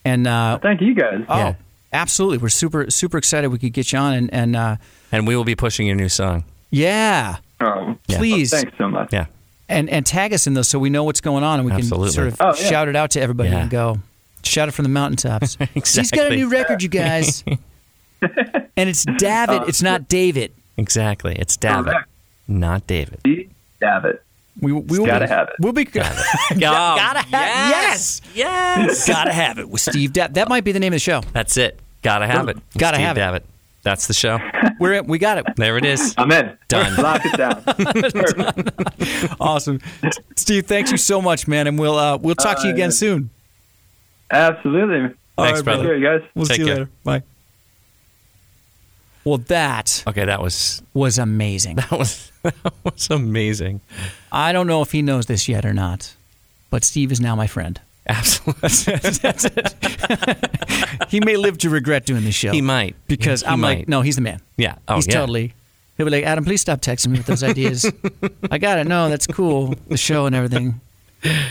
Speaker 1: and uh,
Speaker 4: Thank you guys.
Speaker 1: oh,
Speaker 3: Yeah.
Speaker 1: absolutely, we're super super excited we could get you on and and uh,
Speaker 3: and we will be pushing your new song.
Speaker 1: yeah,
Speaker 4: Oh,
Speaker 1: please.
Speaker 4: thanks so much.
Speaker 3: Yeah.
Speaker 1: and and tag us in those so we know what's going on and we
Speaker 3: Absolutely.
Speaker 1: can sort of
Speaker 4: Oh, yeah.
Speaker 1: shout it out to everybody
Speaker 3: Yeah.
Speaker 1: and go shout it from the mountaintops. He's got a
Speaker 3: Exactly.
Speaker 1: new record, you guys, and it's David. It's
Speaker 4: Oh,
Speaker 1: not David.
Speaker 3: Exactly. It's David,
Speaker 4: Correct.
Speaker 3: not David.
Speaker 4: See? Have it.
Speaker 1: We we will
Speaker 4: Gotta
Speaker 1: be,
Speaker 4: have it.
Speaker 1: We'll be gotta have yes.
Speaker 3: Oh, Yes.
Speaker 1: gotta have it with Steve. Dav- that might be the name of the show.
Speaker 3: That's it. Gotta have it.
Speaker 1: Gotta
Speaker 3: Steve
Speaker 1: have it.
Speaker 3: Davitt. That's the show.
Speaker 1: We're in, we got it.
Speaker 3: There it is.
Speaker 4: I'm in.
Speaker 3: Done.
Speaker 4: Lock it down. Perfect.
Speaker 1: Awesome, Steve. Thank you so much, man, and we'll uh, we'll talk to you again soon.
Speaker 4: Absolutely.
Speaker 3: Thanks, brother.
Speaker 4: There you guys.
Speaker 1: We'll
Speaker 3: Take
Speaker 1: see you
Speaker 3: care.
Speaker 1: later. Bye. Well, that
Speaker 3: Okay, that was
Speaker 1: was amazing.
Speaker 3: that was that was amazing.
Speaker 1: I don't know if he knows this yet or not, but Steve is now my friend.
Speaker 3: Absolutely.
Speaker 1: That's it. he may live to regret doing this show.
Speaker 3: He might.
Speaker 1: Because
Speaker 3: He
Speaker 1: I'm like,
Speaker 3: might.
Speaker 1: no, he's the man.
Speaker 3: Yeah. Oh,
Speaker 1: he's
Speaker 3: yeah.
Speaker 1: totally. He'll be like, Adam, please stop texting me with those ideas. I got it. No, that's cool. The show and everything.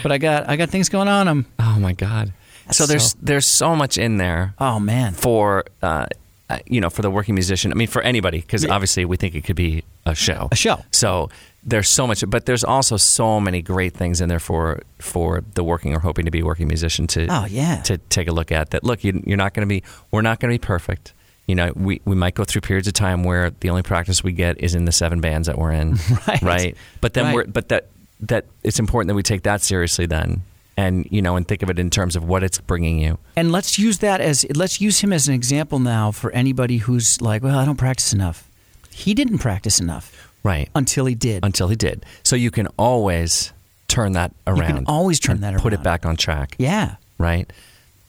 Speaker 1: But I got I got things going on. I'm,
Speaker 3: Oh my god. So there's
Speaker 1: So-
Speaker 3: there's so much in there
Speaker 1: oh, man.
Speaker 3: for uh, uh, you know for the working musician. I mean for anybody because obviously we think it could be a show.
Speaker 1: A show.
Speaker 3: So there's so much, but there's also so many great things in there for for the working or hoping to be working musician to
Speaker 1: Oh, yeah.
Speaker 3: to take a look at. That look, you, you're not going to be we're not going to be perfect. You know, we, we might go through periods of time where the only practice we get is in the seven bands that we're in,
Speaker 1: Right.
Speaker 3: But then
Speaker 1: Right.
Speaker 3: we're but that that it's important that we take that seriously then, and you know, and think of it in terms of what it's bringing you.
Speaker 1: And let's use that as let's use him as an example now for anybody who's like, well, I don't practice enough. He didn't practice enough
Speaker 3: Right.
Speaker 1: until he did.
Speaker 3: Until he did. So you can always turn that around.
Speaker 1: always turn
Speaker 3: and
Speaker 1: that
Speaker 3: Put it
Speaker 1: around.
Speaker 3: back on track.
Speaker 1: yeah.
Speaker 3: Right.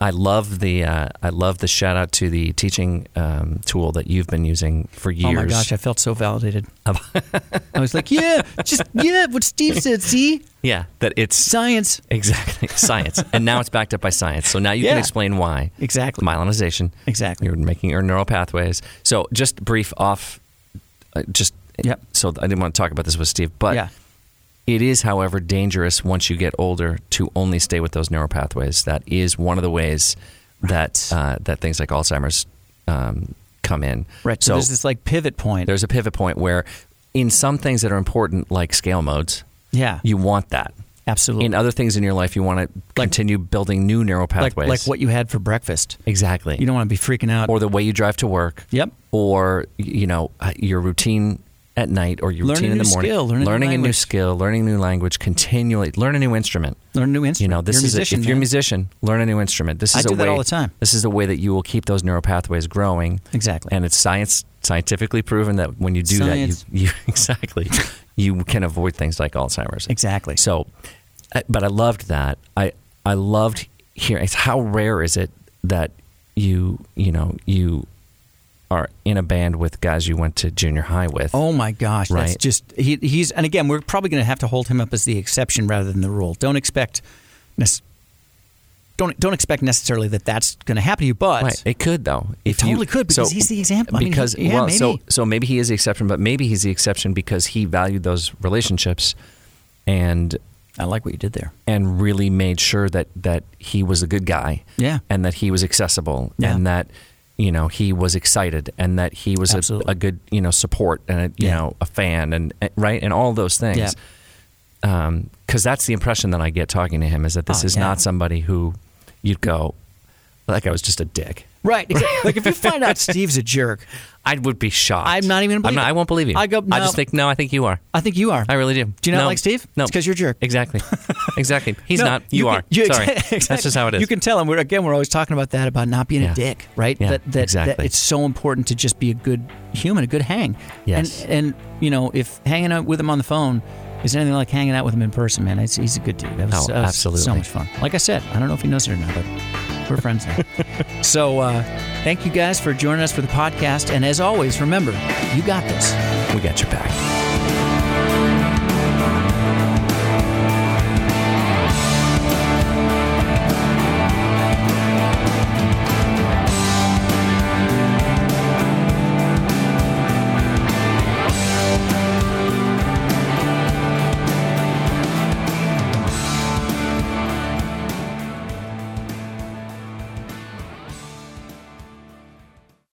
Speaker 3: I love the uh, I love the shout out to the teaching um, tool that you've been using for years.
Speaker 1: Oh my gosh, I felt so validated. I was like, yeah, just yeah, what Steve said. See,
Speaker 3: Yeah, that it's
Speaker 1: science.
Speaker 3: Exactly. Science. and now it's backed up by science. So now you
Speaker 1: Yeah.
Speaker 3: can explain why.
Speaker 1: Exactly.
Speaker 3: Myelinization.
Speaker 1: Exactly.
Speaker 3: You're making your neural pathways. So just brief off, uh, just
Speaker 1: Yep.
Speaker 3: so I didn't want to talk about this with Steve, but
Speaker 1: yeah,
Speaker 3: it is, however, dangerous once you get older to only stay with those neural pathways. That is one of the ways that uh, that things like Alzheimer's um, come in.
Speaker 1: right. So,
Speaker 3: uh, So
Speaker 1: there's this like pivot point.
Speaker 3: there's a pivot point where, in some things that are important, like scale modes,
Speaker 1: yeah,
Speaker 3: you want that
Speaker 1: absolutely
Speaker 3: in other things in your life, you want to continue building new neural
Speaker 1: like
Speaker 3: pathways.
Speaker 1: like what you had for breakfast.
Speaker 3: Exactly.
Speaker 1: You don't want to be freaking out.
Speaker 3: or the way you drive to work.
Speaker 1: Yep.
Speaker 3: Or you know uh, your routine at night or your
Speaker 1: Learn a
Speaker 3: routine in
Speaker 1: new
Speaker 3: the morning.
Speaker 1: skill, learn a new
Speaker 3: learning a new
Speaker 1: language.
Speaker 3: skill, learning a new language, continually learn a new instrument.
Speaker 1: learn a new
Speaker 3: You
Speaker 1: instrument.
Speaker 3: know, this
Speaker 1: you're a
Speaker 3: is
Speaker 1: musician,
Speaker 3: a, if you're a
Speaker 1: man.
Speaker 3: musician, learn a new instrument. This
Speaker 1: I
Speaker 3: is a
Speaker 1: do that
Speaker 3: way
Speaker 1: all the time.
Speaker 3: This is a way that you will keep those neural pathways growing.
Speaker 1: Exactly.
Speaker 3: And it's science scientifically proven that when you do
Speaker 1: Science.
Speaker 3: that, you, you exactly you can avoid things like Alzheimer's.
Speaker 1: Exactly.
Speaker 3: So, I- but I loved that. I I loved hearing. It's how rare is it that you you know you are in a band with guys you went to junior high with?
Speaker 1: Oh my gosh, that's
Speaker 3: Right.
Speaker 1: just he, he's and again we're probably going to have to hold him up as the exception rather than the rule. Don't expect nec- don't don't expect necessarily that that's going to happen to you, but
Speaker 3: Right. It could though. If
Speaker 1: totally could, because he's the example. I mean,
Speaker 3: because
Speaker 1: he- yeah,
Speaker 3: well, so
Speaker 1: maybe.
Speaker 3: so maybe he is the exception, but maybe he's the exception because he valued those relationships and
Speaker 1: I like what you did there.
Speaker 3: and really made sure that that he was a good guy.
Speaker 1: Yeah.
Speaker 3: And that he was accessible
Speaker 1: Yeah.
Speaker 3: and that you know he was excited and that he was a,
Speaker 1: Absolutely.
Speaker 3: a good you know support and a, you
Speaker 1: Yeah.
Speaker 3: know a fan and and- right and all those things.
Speaker 1: Yeah.
Speaker 3: Um, cuz that's the impression that I get talking to him is that this
Speaker 1: Oh,
Speaker 3: is
Speaker 1: yeah.
Speaker 3: not somebody who you'd go like I was just a dick.
Speaker 1: Right. Exactly. like if you find out Steve's a jerk,
Speaker 3: I would be shocked.
Speaker 1: I'm not even gonna believe
Speaker 3: I'm not,
Speaker 1: it.
Speaker 3: I won't believe you.
Speaker 1: I go,
Speaker 3: I
Speaker 1: no.
Speaker 3: just think no. I think you are.
Speaker 1: I think you are.
Speaker 3: I really do.
Speaker 1: Do you not
Speaker 3: No.
Speaker 1: like Steve?
Speaker 3: No,
Speaker 1: It's because you're a jerk.
Speaker 3: Exactly. Exactly. He's
Speaker 1: No,
Speaker 3: not. You,
Speaker 1: can-
Speaker 3: are. Sorry.
Speaker 1: exactly-
Speaker 3: That's just how it is.
Speaker 1: You can tell him. We're, again, we're always talking about that about not being
Speaker 3: Yeah.
Speaker 1: a dick, right?
Speaker 3: Yeah,
Speaker 1: that, that,
Speaker 3: exactly.
Speaker 1: That it's so important to just be a good human, a good hang.
Speaker 3: Yes.
Speaker 1: And, and you know, if hanging out with him on the phone is anything like hanging out with him in person, man, it's, he's a good dude. That was,
Speaker 3: Oh,
Speaker 1: that was
Speaker 3: absolutely.
Speaker 1: so much fun. Like I said, I don't know if he knows it or not, but we're friends now. so uh, thank you guys for joining us for the podcast. And as always, remember, you got this.
Speaker 3: we got your back.